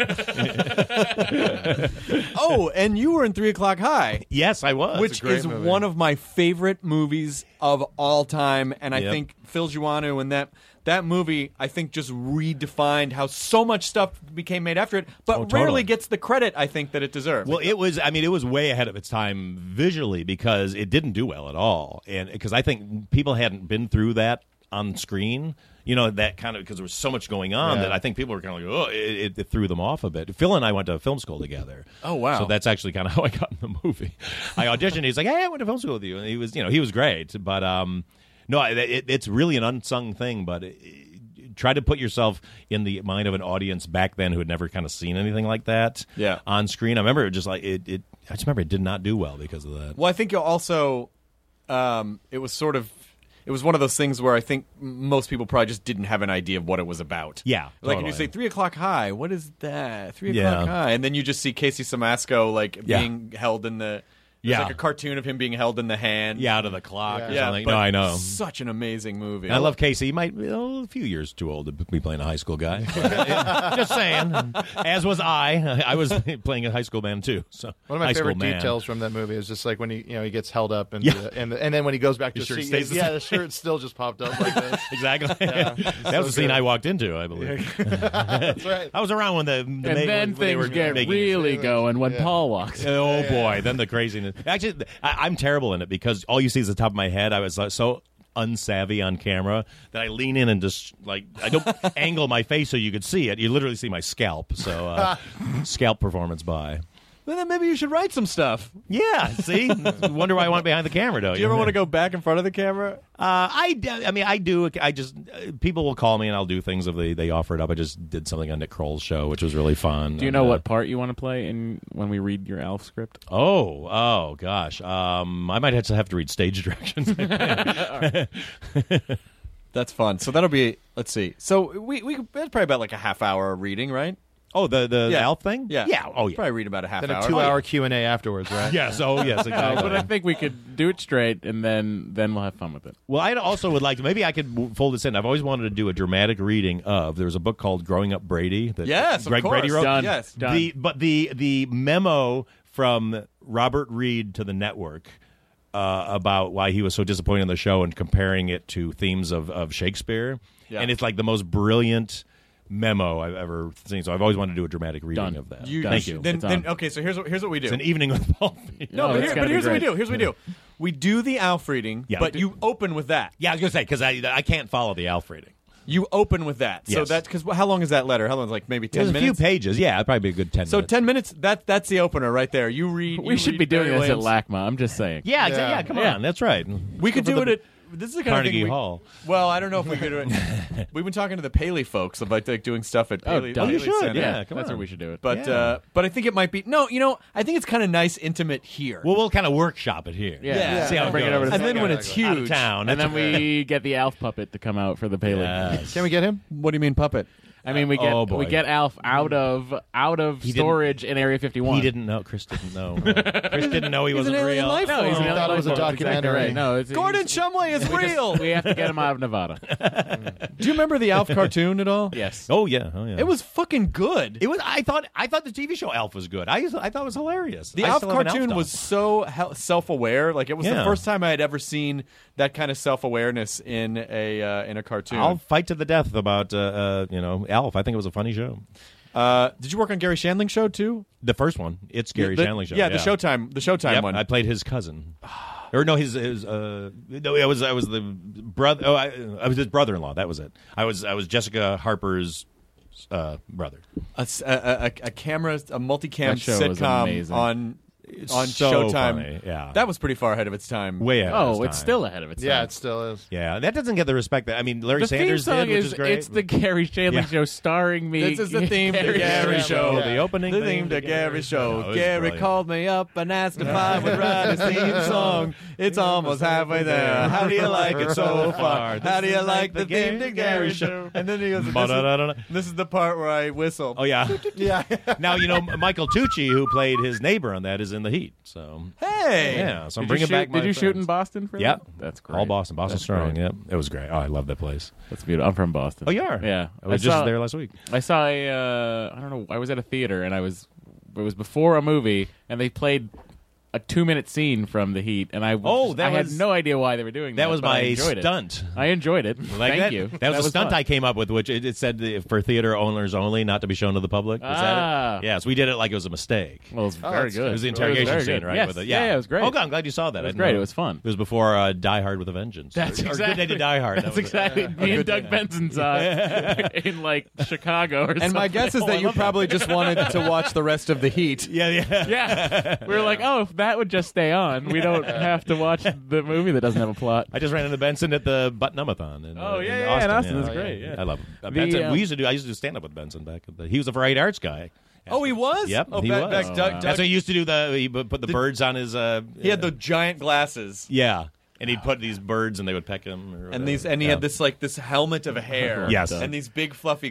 H: oh, and you were in Three O'clock High.
C: yes, I was.
H: which
D: great
H: is
D: movie.
H: one of my favorite movies of all time, and I
C: Yep.
H: think Phil Giuano and that that movie, I think, just redefined how so much stuff became made after it, but
C: Oh, totally.
H: rarely gets the credit I think that it deserves.
C: Well, it was. I mean, it was way ahead of its time visually because it didn't do well at all, and because I think people hadn't been through that on screen. You know that kind of because there was so much going on that I think people were kind of like, oh, it, it threw them off a bit. Phil and I went to film school together.
H: Oh, wow.
C: So that's actually kind of how I got in the movie. I auditioned. He's like, hey, I went to film school with you, and he was, you know, he was great. But um, no, I- it, it's really an unsung thing. But it, try to put yourself in the mind of an audience back then who had never kind of seen anything like that.
H: Yeah.
C: On screen, I remember it just like it. it I just remember it did not do well because of that.
H: Well, I think you also, um, it was sort of, it was one of those things where I think m- most people probably just didn't have an idea of what it was about.
C: Yeah,
H: like
C: totally.
H: and you say three o'clock high. What is that? Three
C: Yeah.
H: o'clock high, and then you just see Casey Samasco like
C: Yeah.
H: being held in the. There's
C: Yeah.
H: like a cartoon of him being held in the hand.
C: Yeah, out of the clock or
H: yeah.
C: something.
H: but
C: no, I know.
H: Such an amazing movie.
C: I love Casey. He might be oh, a few years too old to be playing a high school guy. Just saying. As was I. I was playing a high school man too. So
D: One of my
C: high
D: favorite
C: school man.
D: details from that movie is just like when he, you know, he gets held up and
C: Yeah.
D: the, and, the, and then when he goes back to
C: His shirt
D: see-
C: stays the
D: yeah,
C: same.
D: the shirt still just popped up like this.
C: Exactly. that was the scene I walked into. I believe.
D: That's right.
C: I was around when the, the
E: And
C: ma-
E: then
C: when they
E: things
C: were
E: get
C: making it.
E: really going when Paul walks.
C: Oh boy, then the craziness. Actually, th- I, I'm terrible in it because all you see is the top of my head. I was uh, so unsavvy on camera that I lean in and just like I don't angle my face so you could see it. You literally see my scalp. So uh, scalp performance by.
H: Well, then maybe you should write some stuff.
C: Yeah, see, wonder why I went behind the camera. Don't
H: Do you ever want to go back in front of the camera?
C: Uh, I, d- I mean, I do. I just uh, people will call me and I'll do things if they they offer it up. I just did something on Nick Kroll's show, which was really fun.
E: Do you
C: And,
E: know
C: uh,
E: what part you want to play in when we read your Alf script?
C: Oh, oh gosh. Um, I might have to have to read stage directions.
H: That's fun. So that'll be. Let's see. So we we that's probably about like a half hour of reading, right?
C: oh, the the
H: Yeah.
C: Alf thing.
H: Yeah.
C: Yeah. Oh yeah.
H: Probably read about a half
D: Then
H: hour.
D: a Oh, two-hour Q and A afterwards, right?
C: Yes. Oh yes. Exactly.
E: but I think we could do it straight, and then then we'll have fun with it.
C: Well, I also would like to. Maybe I could w- fold this in. I've always wanted to do a dramatic reading of. There was a book called Growing Up Brady that
H: Yes, of
C: Greg
H: course.
C: Brady wrote.
E: Done.
H: Yes.
E: Done.
C: The but the the memo from Robert Reed to the network uh, about why he was so disappointed in the show and comparing it to themes of of Shakespeare,
H: Yeah.
C: and it's like the most brilliant memo I've ever seen. So I've always wanted to do a dramatic reading
E: Done.
C: of that.
H: You,
E: Thank you.
H: Then,
E: It's
H: then
E: on.
H: okay. So here's what here's what we do.
C: It's an e- evening with Paul. Feig.
H: no,
E: Oh,
H: but,
E: it's
H: here,
E: gotta
H: but
E: be
H: here's what we
E: great.
H: do. Here's what we do. We do the Alf reading,
C: Yeah.
H: but you open with that.
C: Yeah, I was gonna say because I I can't follow the Alf reading.
H: You open with that. So
C: Yes.
H: that's because how long is that letter? How long? Like maybe ten
C: There's a few
H: minutes.
C: pages. Yeah, it'd probably be a good ten.
H: so
C: minutes.
H: ten minutes. That that's the opener right there. You read.
E: We
H: you
E: should
H: read
E: be doing
H: Barry
E: this at
H: Williams.
E: LACMA. I'm just saying.
C: Yeah, yeah, yeah. Come
E: Yeah.
C: on, that's right.
H: We could do
C: For
H: it
C: the-
H: at. This is the kind
C: Carnegie
H: of thing we-
C: Hall.
H: Well, I don't know if we could do it. We've been talking to the Paley folks about like doing stuff at
E: Oh,
H: Paley.
E: done.
H: Paley
E: You should,
H: Center.
E: Yeah,
C: Yeah, come
E: that's
C: on.
E: where we should do it.
H: But
C: Yeah.
H: uh, but I think it might be no. You know, I think it's kind of nice, intimate here.
C: Well, we'll kind of workshop it here.
E: Yeah. Yeah.
C: See how
E: Bring it over to
H: and then when it's
D: Exactly.
H: huge,
C: out of town,
E: and then we get the Alf puppet to come out for the Paley.
C: Yes.
D: Can we get him?
H: what do you mean puppet?
E: I mean, we get
C: Oh, boy.
E: we get Alf out of out of
C: He didn't-
E: storage in Area 51.
C: He didn't know. Chris didn't know. Chris didn't know he wasn't
H: an alien
C: real.
H: life
E: No, he's
H: form.
E: an
D: thought it was a
E: alien. Exactly
D: documentary.
E: right. No, it's,
H: Gordon
E: he's-
H: Shumway is real.
E: we have to get him out of Nevada.
H: Do you remember the Alf cartoon at all?
E: Yes.
C: Oh yeah, oh yeah.
H: It was fucking good.
C: It was. I thought. I thought the TV show Alf was good. I. used- I thought it was hilarious.
H: the
C: I
H: Alf
C: still have an
H: cartoon
C: doll.
H: was so hel- self-aware. Like it was the
C: Yeah.
H: first time I had ever seen that kind of self-awareness in a uh, in a cartoon.
C: I'll fight to the death about uh, uh, you know Alf. I think it was a funny show.
H: Uh, did you work on Gary Shandling show too?
C: The first one. It's Gary
H: The-
C: Shanley show.
H: Yeah, the Showtime the Showtime
C: Oh, Yep,
H: one.
C: I played his cousin. Or no, his, his uh, no, I was I was the brother. Oh, I, I was his brother-in-law. That was it. I was I was Jessica Harper's uh, brother.
H: a, s- a- a- a- a camera, a multicam
E: That show was
H: sitcom
E: amazing.
H: on on
C: so
H: Showtime.
C: funny, yeah.
H: that was pretty far ahead of its time.
C: Way ahead. of his
E: Oh, it's
C: time.
E: still ahead of its
D: Yeah,
E: time.
D: it still is.
C: Yeah, that doesn't get the respect that I mean Larry
E: the
C: Sanders
E: theme song
C: did, which
E: is,
C: is, great.
E: it's the Gary Shanley
C: Yeah.
E: show starring me.
H: This is the theme to
E: Gary
H: Gary
E: Shanley.
H: show.
C: Oh, the opening
H: The
C: theme
H: theme to Gary
C: No, it
H: show.
C: was
H: Gary
C: brilliant.
H: called me up and asked if I would write his theme song. It's almost halfway there. How do you like it so far? How do you like the theme to Gary show? And then he goes, this is,
C: Ba-da-da-da-da.
H: this is the part where I whistle.
C: Oh yeah.
D: Yeah.
C: now you know Michael Tucci, who played his neighbor on that, is in the Heat. So
H: Hey!
C: yeah, so I'm
E: Did you
C: bringing
E: shoot,
C: back. my
E: Did you shoot in
C: friends.
E: Boston for
C: Yep,
E: that? That's great.
C: All Boston, Boston
E: That's
C: strong.
E: great.
C: Yep, it was great. Oh, I love that place.
E: That's beautiful. I'm from Boston.
C: Oh, you are.
E: Yeah.
C: I was just
E: saw-
C: there last week.
E: I saw a uh, I don't know I was at a theater and I was it was before a movie and they played a two minute scene from The Heat, and I was
C: Oh,
E: just-
C: that
E: I
C: was-
E: had no idea why they were doing that.
C: That was
E: but I
C: my
E: enjoyed it.
C: stunt.
E: I enjoyed it.
C: Like
E: Thank
C: that,
E: you.
C: That was a stunt
E: fun.
C: I came up with, which it, it said the- for theater owners only, not to be shown to the public. Was
E: Ah.
C: that it? Yes, we did it like it was a mistake.
E: Well, it was very
D: that's
E: good.
C: It was the
E: very
C: interrogation
E: good.
C: scene, right?
E: Yes.
C: With it.
E: Yeah.
C: Yeah.
E: it was great.
C: Oh, God, I'm glad you saw that. It
E: was great. It was fun.
C: It was before uh, Die Hard with a Vengeance.
E: That's
C: or, Or Good
E: exactly-
C: Day to Die Hard. That
E: That's
C: was it.
E: exactly me and Doug Benson's uh, in like Chicago or something.
H: And my guess
E: Oh,
H: is that you probably just wanted to watch the rest of the Heat.
C: Yeah, yeah.
E: yeah, we were like, oh, if that would just stay on, we don't have to watch the movie that doesn't have a plot.
C: I just ran into Benson at the Butnumathon. In, uh,
E: Oh, yeah,
C: in
E: yeah,
C: Austin.
E: in Austin. That's great, yeah.
C: I love him. Uh,
E: The,
C: Benson,
E: um,
C: we used to do. I used to do stand up with Benson back. At the, he was a variety arts guy.
H: Oh, he was.
C: Yep,
H: Oh,
C: he
H: back,
C: was.
H: back,
E: Oh,
H: Doug,
E: wow.
H: Doug-
C: That's what he used to do. The he bu- put the, birds on his. Uh,
H: he had the giant glasses
C: yeah, and he'd put these birds and they would peck him. Or whatever.
H: and these, and he
C: Uh, Yeah.
H: had this like this helmet of hair.
C: Yes.
H: and these big fluffy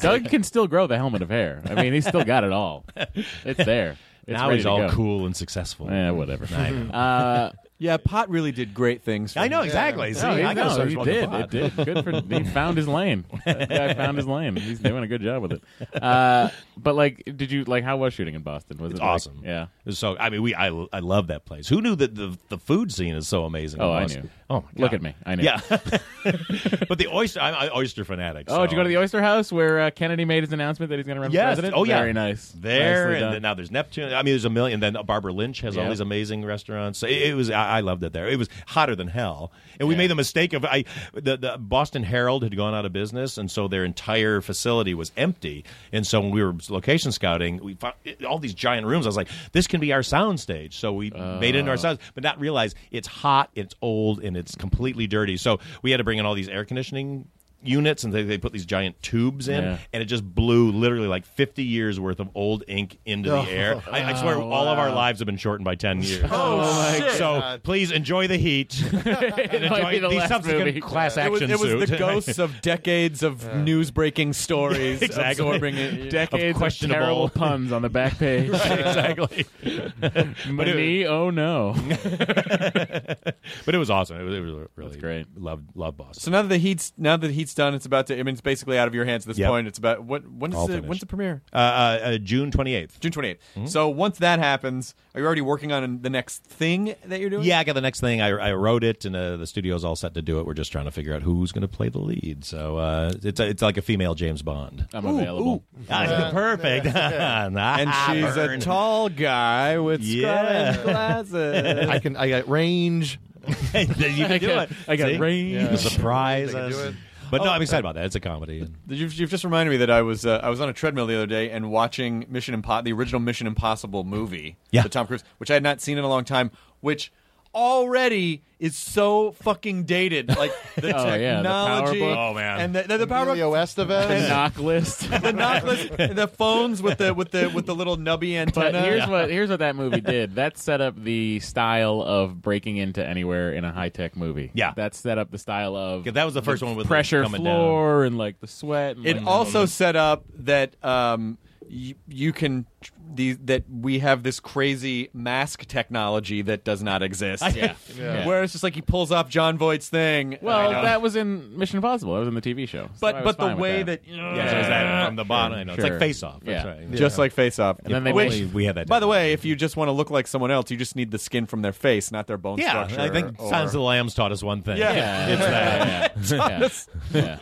E: Doug can still grow the helmet of hair. I mean, he's still got it all. It's there. It's
C: Now
E: ready
C: he's
E: to
C: all
E: go.
C: cool and successful.
E: Yeah, whatever.
C: I know.
E: Uh,
H: yeah, Pot really did great things.
C: I know exactly. See,
E: no, he,
C: I got
E: no,
C: so
E: he
C: much
E: did.
C: fun.
E: It did. Good for. He found his lane. That guy found his lane. He's doing a good job with it. Uh, but like, did you like? How was shooting in Boston? Was
C: It's
E: it like-
C: awesome.
E: yeah.
C: So I mean, we I, I love that place. Who knew that the the food scene is so amazing? in
E: Oh, I
C: Boston?
E: knew.
C: Oh, my God.
E: Look at me. I knew.
C: Yeah. but the oyster, I'm an oyster fanatic.
E: Oh,
C: so-
E: did you go to the Oyster House where uh, Kennedy made his announcement that he's going to run for
C: Yes.
E: president?
C: Oh, yeah.
E: Very nice.
C: there,
E: Nicely
C: and
E: done.
C: then now there's Neptune. I mean, there's a million. Then Barbara Lynch has all
E: Yeah.
C: these amazing restaurants. So It, it was I, I loved it there. It was hotter than hell, and we made the mistake of I the, the Boston Herald had gone out of business, and so their entire facility was empty. And so when we were location scouting, we found it- all these giant rooms. I was like, this can be our sound stage. So we made it into our
E: Oh.
C: sound, but not realize it's hot, it's old, and it's completely dirty. So we had to bring in all these air conditioning. Units and they, they put these giant tubes in,
E: Yeah.
C: and it just blew literally like 50 years worth of old ink into the air. I, I swear, all of our lives have been shortened by 10 years. oh, shit. So please enjoy the heat.
E: it might
C: enjoy
E: be the last
C: subsequent
E: movie.
C: class
H: It was,
C: action
H: it was
C: suit.
H: the ghosts of decades of news breaking stories
C: Exactly.
H: absorbing it.
E: Decades of,
C: questionable-
E: terrible puns on the back page.
C: exactly. it-
E: Me, oh no.
C: But it was awesome. It was, it was really
E: great.
C: Loved, loved Boston.
H: So now that the heat's now that the heat's done, it's about to. I mean, it's basically out of your hands at this
C: Yep.
H: point. It's about what when
C: All
H: is the,
C: finished. Hmm?
H: when's the premiere?
C: Uh, uh, uh, June 28th.
H: June 28th. So once that happens, are you already working on the next thing that you're doing?
C: Yeah, I got the next thing. I, I wrote it, and uh, the studio's all set to do it. We're just trying to figure out who's going to play the lead. So uh, it's a, it's like a female James Bond.
E: I'm available.
C: Ah, perfect.
H: And she's a tall guy with
C: Yeah.
H: scrawny glasses.
D: I can. I got range.
C: you can
E: I
C: do
E: got,
C: it.
E: I got
C: See?
E: range.
D: Yeah.
C: Surprise
D: They can do
C: us.
D: it.
C: But no, I'm excited about that. It's a comedy. And
H: You've, you've just reminded me that I was uh, I was on a treadmill the other day and watching Mission Impo- the original Mission Impossible movie,
C: Yeah.
H: the Tom Cruise, which I had not seen in a long time, which already is so fucking dated. Like the
E: Oh,
H: technology,
E: yeah, the power book.
C: Oh, man.
H: and the, the, the power book,
D: Emilio
E: The
D: Estevez.
E: knock list.
H: the knockless, and the phones with the with the with the little nubby
E: But
H: antenna.
E: here's what here's what that movie did. That set up the style of breaking into anywhere in a high tech movie.
C: Yeah.
E: that set up the style of
C: that was the first one with
E: pressure
C: coming
E: floor and like the sweat. And,
H: It
E: like,
H: also set up that um, you, you can these that we have this crazy mask technology that does not exist.
E: yeah. Yeah.
H: Where it's just like he pulls off John Voight's thing.
E: Well, that was in Mission Impossible. That was in the TV show. So I
H: but
E: was
H: but the
E: fine with
H: way
E: that
H: that,
C: down. Yeah, so it's that from the bottom. I know. It's
E: Sure.
C: like Face Off. That's
E: Yeah.
C: right.
H: just like Face Off.
E: And then they
H: Which,
E: made-
C: we had that.
H: by the way, if you just want to look like someone else, you just need the skin from their face, not their bone
C: yeah,
H: structure.
C: I think
H: or-
C: Silence of the Lambs taught us one thing.
H: Yeah.
E: Yeah,
C: It's that.
E: yeah, yeah.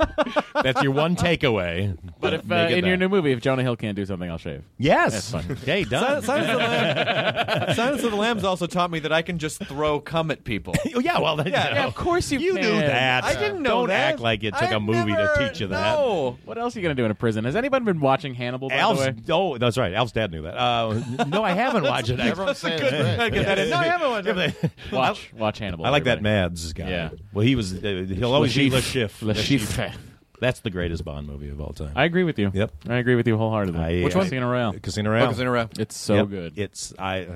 E: Yeah.
C: That's your one takeaway.
E: But if uh,
C: Make it
E: in your
C: that.
E: new movie, if Jonah Hill can't do something, I'll shave.
C: yes, okay, done.
H: Silence of, the Lamb- Silence of the Lambs also taught me that I can just throw cum at people.
C: Oh, yeah, well, then,
H: Yeah,
E: of course you
C: you
E: can.
C: knew that.
H: I didn't know
C: Don't
H: that.
C: act like it took
H: I
C: a movie to
H: never-
C: teach you
H: No.
E: What else are you gonna do in a prison? Has anybody been watching Hannibal? By
C: that.
E: the way,
C: Alf's, oh, that's right. Alf's dad knew that. Uh, no, I haven't watched it. actually.
D: Everyone's saying it's
H: I
D: right.
H: get that in. No, I haven't watched it.
E: watch watch Hannibal.
C: I like that
E: everybody.
C: Mads guy.
E: Yeah.
C: Well, he was. Uh, he'll always be Le Chiffre.
E: Le Chiffre.
C: That's the greatest Bond movie of all time.
E: I agree with you.
C: Yep.
E: I agree with you wholeheartedly.
C: I-
E: Which
C: I-
E: one's Oh, Casino Royale?
H: Oh,
C: Casino Royale.
H: Focus in a row.
E: It's so
C: Yep.
E: good.
C: It's I. Uh,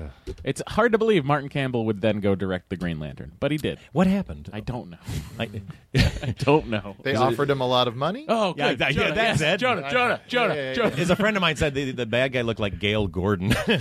E: It's hard to believe Martin Campbell would then go direct the Green Lantern, but he did.
C: what happened?
E: I don't know.
C: I,
E: I don't know.
D: They offered him a lot of money.
E: Oh,
C: Yeah,
E: good.
C: yeah,
E: Jonah,
C: that's
E: yes.
C: it.
E: Jonah, Jonah, Jonah,
D: yeah, yeah.
E: Jonah.
C: as a friend of mine said, the, the bad guy looked like Gail Gordon. he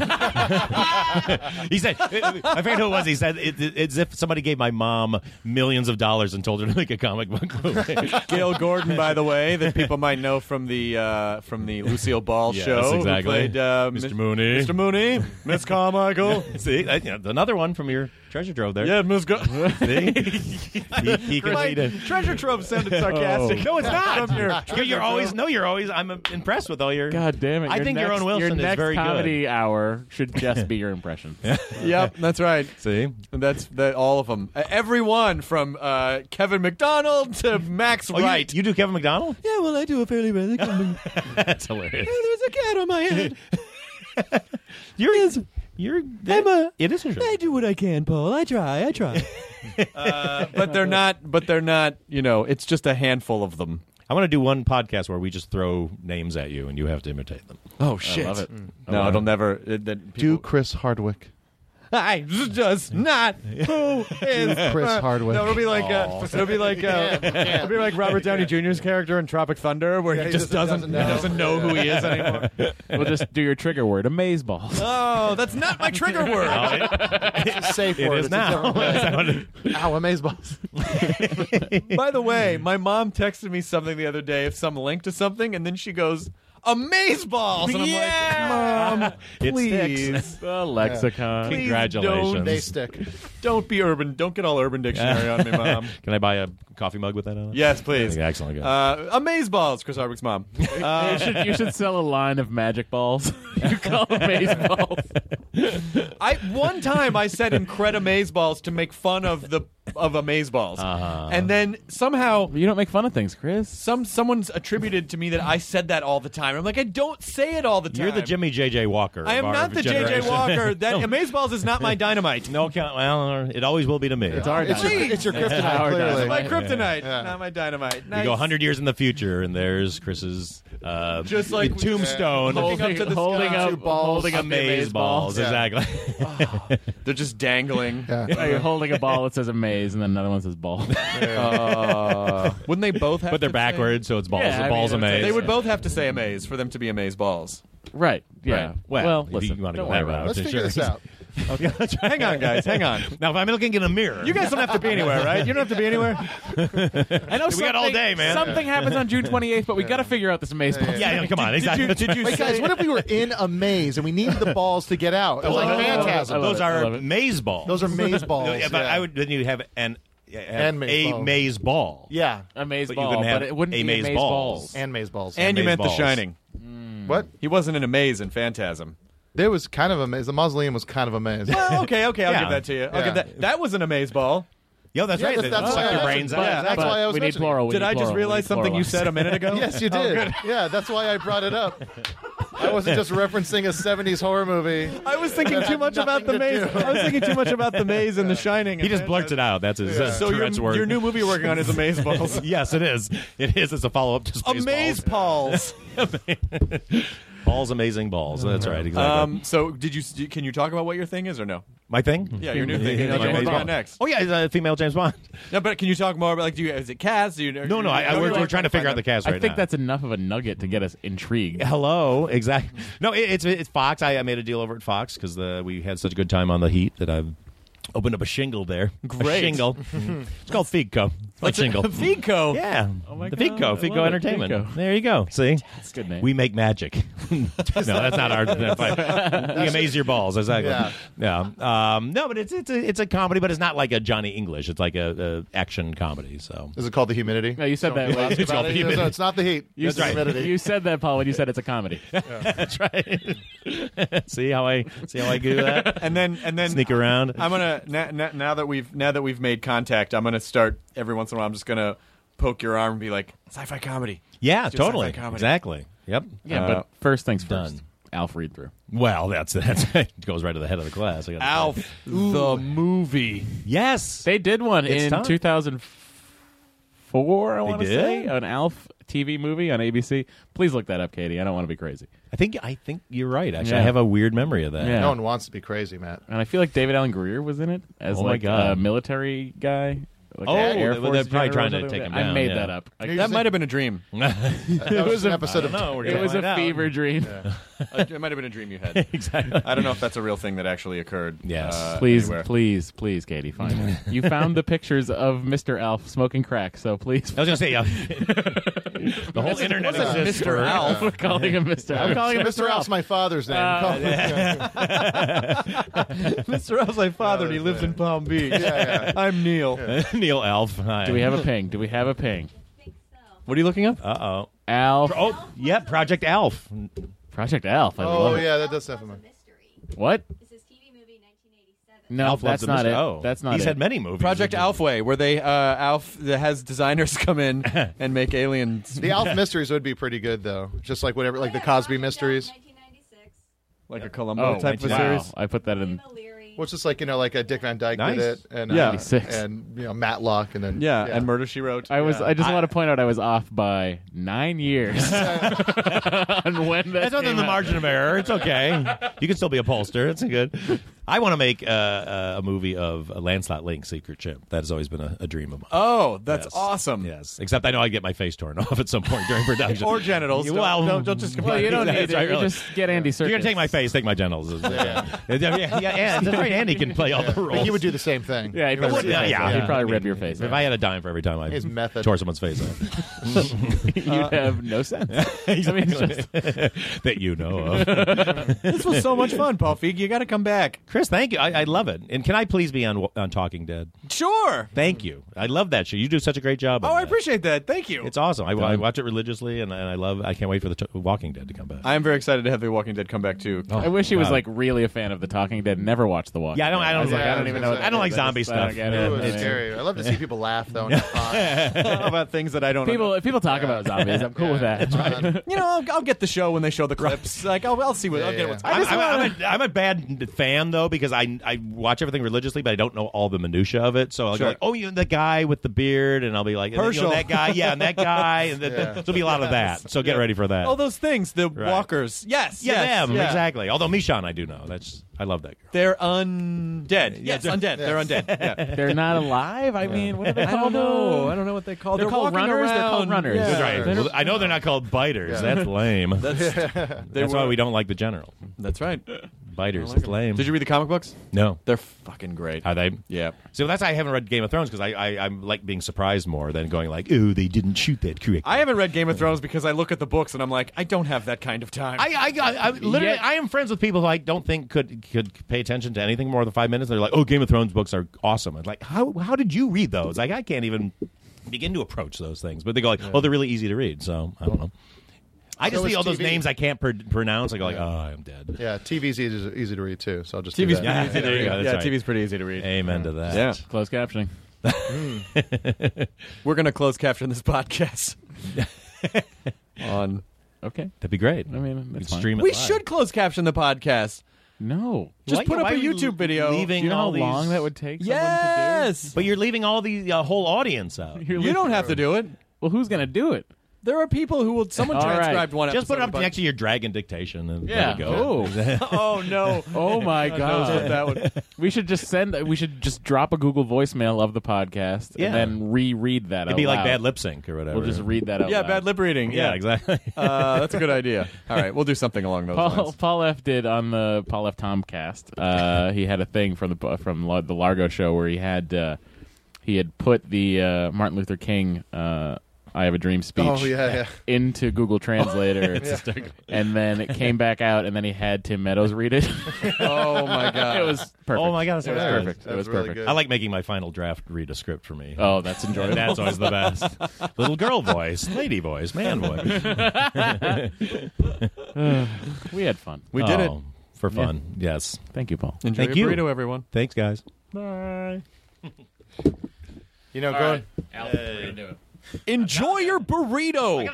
C: said, I forget who it was. He said, it, it, it's if somebody gave my mom millions of dollars and told her to make a comic book movie.
H: Gail Gordon, by by the way, that people might know from the uh, from the Lucille Ball
C: Yes,
H: show. who
C: exactly.
H: played uh,
C: Mr.
H: Mi-
C: Mooney.
H: Mr. Mooney, Miss Carmichael.
C: See, I- yeah, another one from your treasure trove there.
H: yeah, Miss. Car-
C: See? he, he can lead it.
H: treasure trove sounded sarcastic.
C: No, it's not.
H: From your
C: You're, you're always no. You're always. I'm impressed with all your.
E: God damn it!
C: I
E: your
C: think
E: next,
C: your own Wilson
E: your
C: is
E: next
C: very good.
E: comedy hour should just be your impressions.
H: yep, that's right.
C: See,
H: That's that. All of them. Uh, everyone from uh, Kevin McDonald to Max
C: oh,
H: Wright.
C: You, you do Kevin McDonald?
H: yeah, well, I do a fairly rather.
C: That's hilarious.
H: There's a cat on my head.
C: You're You're.
H: I'm a-
C: it is. interesting.
H: do what I can, Paul. I try. I try. uh, but they're not. But they're not. You know, it's just a handful of them.
C: I want to do one podcast where we just throw names at you and you have to imitate them.
H: Oh shit! I love it.
E: Mm.
H: No, it'll never. It, that
D: Do
H: people-
D: Chris Hardwick.
H: I just not who is uh,
D: Chris Hardwick.
H: No, it'll be like uh, it'll be like uh, it'll be like Robert Downey Jr.'s character in Tropic Thunder, where he,
D: he
H: just
D: just doesn't
H: doesn't
D: know.
H: doesn't know who he is anymore.
E: we'll just do your trigger word, amaze balls.
H: oh, that's not my trigger word.
D: It's a safe
C: It
D: word.
C: is
D: It's a
C: now.
D: different word. Ow, amazeballs.
H: By the way, my mom texted me something the other day of some link to something, and then she goes, "Amazeballs," and I'm like, "Mom,
C: It
H: please."
E: the lexicon.
H: Please
C: Congratulations.
H: don't-
D: They stick.
H: Don't be urban. Don't get all Urban Dictionary on me, mom.
C: Can I buy a coffee mug with that on it?
H: Yes, please.
C: Yeah, excellent. good.
H: Uh, amaze balls, Chris Hardwick's mom.
C: Uh,
E: you, should, you should sell a line of magic balls. you call them maze balls.
H: I one time I said "incred balls" to make fun of the of amaze balls, and then somehow
E: You don't make fun of things, Chris.
H: some someone's attributed to me that I said that all the time. I'm like, I don't say it all the time.
C: You're the Jimmy JJ Walker.
H: I
C: of
H: am
C: our
H: not the
C: generation.
H: JJ Walker. That amaze balls is not my dynamite.
C: No, count- well, it always will be to me. It's
D: It's your,
H: Please.
D: it's your
E: Our
D: kryptonite,
H: It's
D: clearly.
H: my kryptonite, not my dynamite.
C: We
H: Nice.
C: go 100 years in the future, and there's Chris's uh,
H: Just like-
C: tombstone.
H: Looking up to the
E: holding
H: sky.
E: up,
H: Two
D: balls.
E: holding up the
C: Amaze balls, exactly.
H: They're just dangling.
E: Oh, you're holding a ball that says amaze, and then another one says ball.
H: Uh, wouldn't they both have
C: but they're
H: to say-
C: backwards, so it's balls.
E: Yeah, I mean,
C: balls
E: it's-
C: amaze.
H: They would both have to say amaze for them to be amaze balls.
E: right? Yeah.
C: Right.
E: Well,
C: Well, if
E: listen.
C: you wanna
E: don't
C: go
E: worry
C: that
E: about
C: route.
E: it.
D: Let's
C: Sure.
D: figure this out.
H: Hang on, guys. Hang on.
C: Now, if I'm looking in a mirror,
H: You guys don't have to be anywhere, right? You don't have to be anywhere.
E: I know we
C: got all day, man.
E: Something happens on June 28th, but we got to figure out this amaze ball.
C: yeah, yeah, come on. Exactly.
H: Did you, did you
D: Wait, guys,
H: say-
D: what if we were in a maze and we needed the balls to get out? It
C: Oh,
D: was like
E: I
D: phantasm.
E: love
C: Those
E: it, I love
C: are
E: it.
C: maze balls.
D: Those are maze balls.
C: No, yeah, but
D: yeah.
C: I would. Then you have an have
D: And maze
C: a
D: balls.
C: maze ball.
D: Yeah,
E: Amaze
C: But you
E: ball,
C: couldn't have
E: but it wouldn't be
C: amaze
E: amaze
C: balls.
E: balls.
D: and maze balls. Mm.
H: And you
C: Amaze
H: meant The
C: balls.
H: Shining.
D: what?
H: He wasn't in a maze in Phantasm.
D: There was kind of a maze. The mausoleum was kind of a maze.
H: Well, Oh, okay, okay, I'll
C: Yeah.
H: give that to you. I'll
D: Yeah.
H: give that. That was an amaze ball.
C: Yo, that's
D: Yeah,
C: right.
D: that's-
C: That's,
D: that's
C: suck
D: why I
C: your
D: mentioned
C: brains
D: that.
C: out.
D: Yeah, that's
E: But
D: why I was
E: we need
D: mentioning
E: plural. we
H: Did
E: need
H: I just
E: plural, we
H: realize
E: need
H: something you
E: pluralized.
H: said a minute ago?
D: Yes, you
H: Oh,
D: did.
H: good.
D: yeah, that's why I brought it up. I wasn't just referencing a '70s horror movie.
H: I was thinking
D: That
H: too
D: had
H: much
D: nothing
H: about the
D: to
H: maze.
D: do.
H: I was thinking too much about the maze and The Shining.
C: He just blurted it out. That's his uh,
H: So your,
C: Tourette's word.
H: your new movie you're working on is Amaze Balls.
C: yes, it is. It is. It's a follow up to Spaceballs.
H: Amaze Balls.
C: balls, amazing balls. That's right. Exactly.
H: Um, so did you? Can you talk about what your thing is or no?
C: My thing.
H: Yeah, your new thing. You know,
C: My
H: James
C: maze
H: Bond
C: ball.
H: next.
C: Oh yeah, it's a female James Bond.
H: No, but can you talk more about like? Do you is it cats? Do you,
C: No, no. I, I, we're,
H: you're
C: we're trying to figure out the cast right
E: I think
C: now.
E: that's enough of a nugget to get us intrigued.
C: Hello, exactly. No, it, it's it's Fox. I, I made a deal over at Fox because we had such a good time on the heat that I've opened up a shingle there. Great a shingle. it's called Figco. It's Like shingle.
H: Fico.
C: Yeah.
E: Oh my
C: the
E: God, I
C: Fico.
E: love
C: Fico
E: it.
C: Entertainment.
E: Fico.
C: There you go. See,
E: That's a good name.
C: we make magic. no, that's not our. that's fine. we amaze your balls. Exactly.
D: Yeah.
C: Yeah. Um, no, but it's it's a, it's a comedy, but it's not like a Johnny English. It's like a, a action comedy. So
D: Is it called the humidity?
E: no, you said that. Like,
D: It's,
C: called humidity.
D: no, it's not the heat.
E: you,
D: it's the
E: said,
D: humidity.
E: you said that, Paul, when you said it's a comedy.
C: that's right. see how I see how I do that.
H: And then and then
C: Sneak around.
H: I'm gonna na- na- now that we've now that we've made contact, I'm gonna start every once in a while. I'm just gonna poke your arm and be like, "Sci-fi comedy."
C: Yeah,
H: Let's do a
C: totally.
H: sci-fi comedy.
C: Exactly. Yep.
E: Yeah,
C: Uh,
E: but first things first.
C: done.
E: Alf read through.
C: well, that's that's it goes right to the head of the class. I gotta-
H: Alf the movie.
C: Yes.
E: They did one
C: It's
E: in
C: time.
E: 2004, I want to
C: did?
E: say, an Alf TV movie on ABC. Please look that up, Katie. I don't want to be crazy.
C: I think I think you're right. Actually,
E: Yeah.
C: I have a weird memory of that.
E: Yeah.
D: No one wants to be crazy, Matt.
E: And I feel like David Allen Greer was in it as
C: Oh my
E: like
C: God.
E: a military guy. Like
C: Oh,
E: an Air
C: they-
E: Force
C: they're
E: general
C: probably
E: or
C: trying to
E: something.
C: take him
E: I
C: down,
E: made
C: yeah.
E: that up. I-
A: That might have been a dream.
D: That was an episode of.
C: No, we're
E: it
C: gonna
E: was a
C: find out.
E: fever dream.
A: Uh, it might have been a dream you had.
C: Exactly.
A: I don't know if that's a real thing that actually occurred.
C: Yes.
A: uh,
E: Please,
A: anywhere.
E: please, please, Katie, find it. You found the pictures of Mr. Alf smoking crack, so please
C: I was gonna say yeah. the whole internet exists for
E: We're calling him Mr.
D: I'm
E: Alf.
D: calling him Mr. Alf's my father's name. Call him-
H: Mr. Al's my father, and he lives in Palm Beach.
D: yeah,
H: I'm Neil.
C: Neil Alf. Hi.
E: Do we have a ping? Do we have a ping?
G: I think so.
H: What are you looking up?
C: Uh oh.
E: Alf,
C: Oh yeah, Project Alf.
E: Project Alf. I
D: Oh
E: love it.
D: yeah, that does happen.
G: It's a mystery.
E: What?
G: This is TV movie 1987.
E: No,
C: Alf
E: that's
C: loves
E: not
C: the
E: it.
C: Mr. Oh,
E: That's not
C: He's
E: it.
C: had many movies.
A: Project Alfway, where they uh, Alf that has designers come in and make aliens
D: The Alf mysteries would be pretty good though. Just like whatever, like the
G: Oh, Yeah,
D: Cosby
G: Johnny Depp,
D: mysteries.
G: 1996.
H: Like a
E: oh,
H: Columbo type of a
E: wow.
H: series?
E: I put that in.
G: Eva Leary.
D: Well, it's just like you know, like a Dick Van Dyke
C: Nice.
D: did it, and
H: Yeah.
D: uh,
E: 96.
D: and you know Matlock, and then
H: Yeah, and Murder She Wrote.
E: I was.
D: Yeah.
E: I just want to point out I was off by nine years on when that
C: That's other
E: came
C: than the
E: out.
C: margin of error. It's okay. you can still be a pollster. It's good. I want to make uh, uh, a movie of uh, Lancelot Link, Secret Chimp. That has always been a, a dream of
H: Um,
C: mine.
A: Oh, that's
C: Yes.
A: awesome.
C: Yes, except I know I get my face torn off at some point during production
A: Or genitals. Don't-
C: Well,
A: don't- don't just
E: Well, you don't
C: That's
E: need it.
C: right,
E: You
C: really.
E: just get Andy Serkis.
C: If you're gonna take my face, take my genitals. uh, yeah, yeah, yeah, yeah, That's right. Andy can play all the roles.
D: But he would do the same thing.
E: Yeah, he'd
D: He
E: probably,
D: would-
C: yeah, yeah.
E: he'd probably
C: I
E: rip
C: mean,
E: your face.
C: If I had a dime for every time I
D: His method.
C: tore someone's face off,
E: You'd have no sense. I mean, it's just,
C: that you know of.
A: This was so much fun, Paul Feig. You got to come back.
C: Chris, thank you. I, I love it. And can I please be on on Talking Dead?
A: Sure.
C: Thank you. I love that show. You do such a great job. on
A: Oh, I
C: that.
A: appreciate that. Thank you.
C: It's awesome. I, I watch it religiously, and, and I love. I can't wait for the t- Walking Dead to come back.
A: I am very excited to have The Walking Dead come back too.
E: I wish he was
C: God.
E: like really a fan of The Talking Dead. Never watched The Walking.
C: Yeah, I don't.
E: Dead.
C: I don't.
E: was like,
D: Yeah,
E: I don't
D: I
E: even know.
D: was gonna
E: what
D: say,
E: that
C: I don't like
E: is.
C: zombie
E: I
C: stuff.
E: don't get
D: It
E: it.
D: was
E: Yeah.
D: scary. I love to see people laugh though. and have
A: about things that I don't
E: People, if people talk about zombies, I'm cool with that.
D: fun. Um,
A: You know, I'll, I'll get the show when they show the clips. Like, I'll, I'll see what
D: Yeah,
A: I'll get.
D: yeah.
A: What's
C: I'm, I'm- I'm a, I'm a bad fan though because I I watch everything religiously, but I don't know all the minutia of it. So I'll
A: Sure.
C: go like, oh, you the guy with the beard, and I'll be like, and then, you know,
A: Herschel.
C: that guy, yeah, and that guy, and th- th- there'll be a lot of that. So get ready for that.
A: all those things. Oh, The
C: Right.
A: walkers. Yes.
C: yeah,
A: yes,
C: them
A: yeah.
C: exactly. Although Michon, I do know. That's I love that girl.
A: They're undead. Yes, undead. They're undead. Yeah.
E: They're not alive. I mean, what are they
A: I don't
E: called?
A: know. I don't know what they call.
E: They're called
A: walking
E: runners. They're called
A: around.
E: runners.
A: Yeah.
C: That's right. Well, I know they're not called biters. That's lame. That's,
A: They were-
C: why we don't like the general.
A: That's right.
C: Biters is lame.
A: Did you read the comic books?
C: No.
A: They're fucking great.
C: Are they?
A: Yeah.
C: So that's why I haven't read Game of Thrones because I, I I'm like being surprised more than going like, oh, they didn't shoot that correctly.
A: I haven't read Game of Thrones because I look at the books and I'm like, I don't have that kind of time.
C: I, I, I, I literally, I am friends with people who I don't think could could pay attention to anything more than five minutes. They're like, "Oh, Game of Thrones books are awesome." I'm like, "How how did you read those?" Like, I can't even begin to approach those things. But they go like, "Oh, they're really easy to read." So I don't know. I just
D: So
C: see
D: is
C: all those
D: TV.
C: names I can't pr- pronounce. I go like, "Oh, I'm dead."
D: yeah, TV's easy, easy to read too. So I'll just do
A: TV's
D: that.
C: Yeah, there you go. That's
A: yeah,
C: right.
A: TV's pretty easy to read.
C: Amen to that.
A: Yeah.
E: Closed captioning.
A: We're gonna close caption this podcast. on
E: Okay.
C: that'd be great.
E: I mean, that's
C: We'd
E: fine.
C: stream it
A: we
C: live.
A: should close caption the podcast.
E: No.
A: Just
C: Why-
A: put up
C: why
A: a
C: are you
A: YouTube video.
E: Do
C: Leaving
E: you know how
C: all these-
E: long that would take? someone
A: Yes,
C: But you're leaving all the uh, whole audience out.
E: To do? You're
A: you
E: like,
A: don't have to do it.
E: Well, who's gonna do it?
A: There are people who will. Someone
E: All right.
A: transcribed one.
C: Just put it
A: episode
C: up
A: of
C: next to your dragon dictation and
E: Yeah.
C: let it go.
E: Oh.
A: Bud- Oh no!
E: oh my god.
A: that one.
E: We should just send. We should just drop a Google voicemail of the podcast and
C: Yeah.
E: then reread that.
C: It'd be like bad lip sync or whatever.
E: We'll just read that out.
A: Oh, Yeah,
E: loud.
A: bad lip reading.
C: Yeah, exactly.
A: Uh, that's a good idea. All right, we'll do something along those
E: Paul,
A: lines.
E: Paul F did on the Paul F Tomcast. Uh, he had a thing from the from La- the Largo show where he had uh, he had put the uh, Martin Luther King uh, "I Have a Dream" speech
D: Oh yeah, yeah.
E: into Google Translator, and then it came back out, and then he had Tim Meadows read it.
A: Oh my god!
E: it was perfect.
C: Oh my god, that's
E: it was
D: Yeah,
E: perfect.
D: that's
E: it was
D: really
E: perfect.
D: good.
C: I like making my final draft read a script for me.
E: Oh, that's enjoyable.
C: That's always the best. Little girl voice, lady voice, man voice.
E: we had fun.
A: we did it.
C: Oh, for fun. Yes.
E: Thank you, Paul.
A: Enjoy
C: Thank
A: your
C: you.
A: burrito, everyone.
C: Thanks, guys.
D: You know, going.
A: Enjoy your burrito.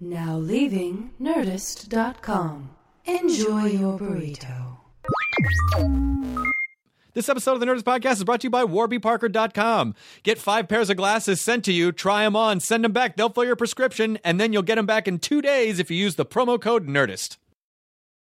B: Now leaving Nerdist.com. Enjoy your burrito.
A: This episode of the Nerdist Podcast is brought to you by warbyparker.com. Get five pairs of glasses sent to you, try them on, send them back, they'll fill your prescription, and then you'll get them back in two days if you use the promo code NERDIST.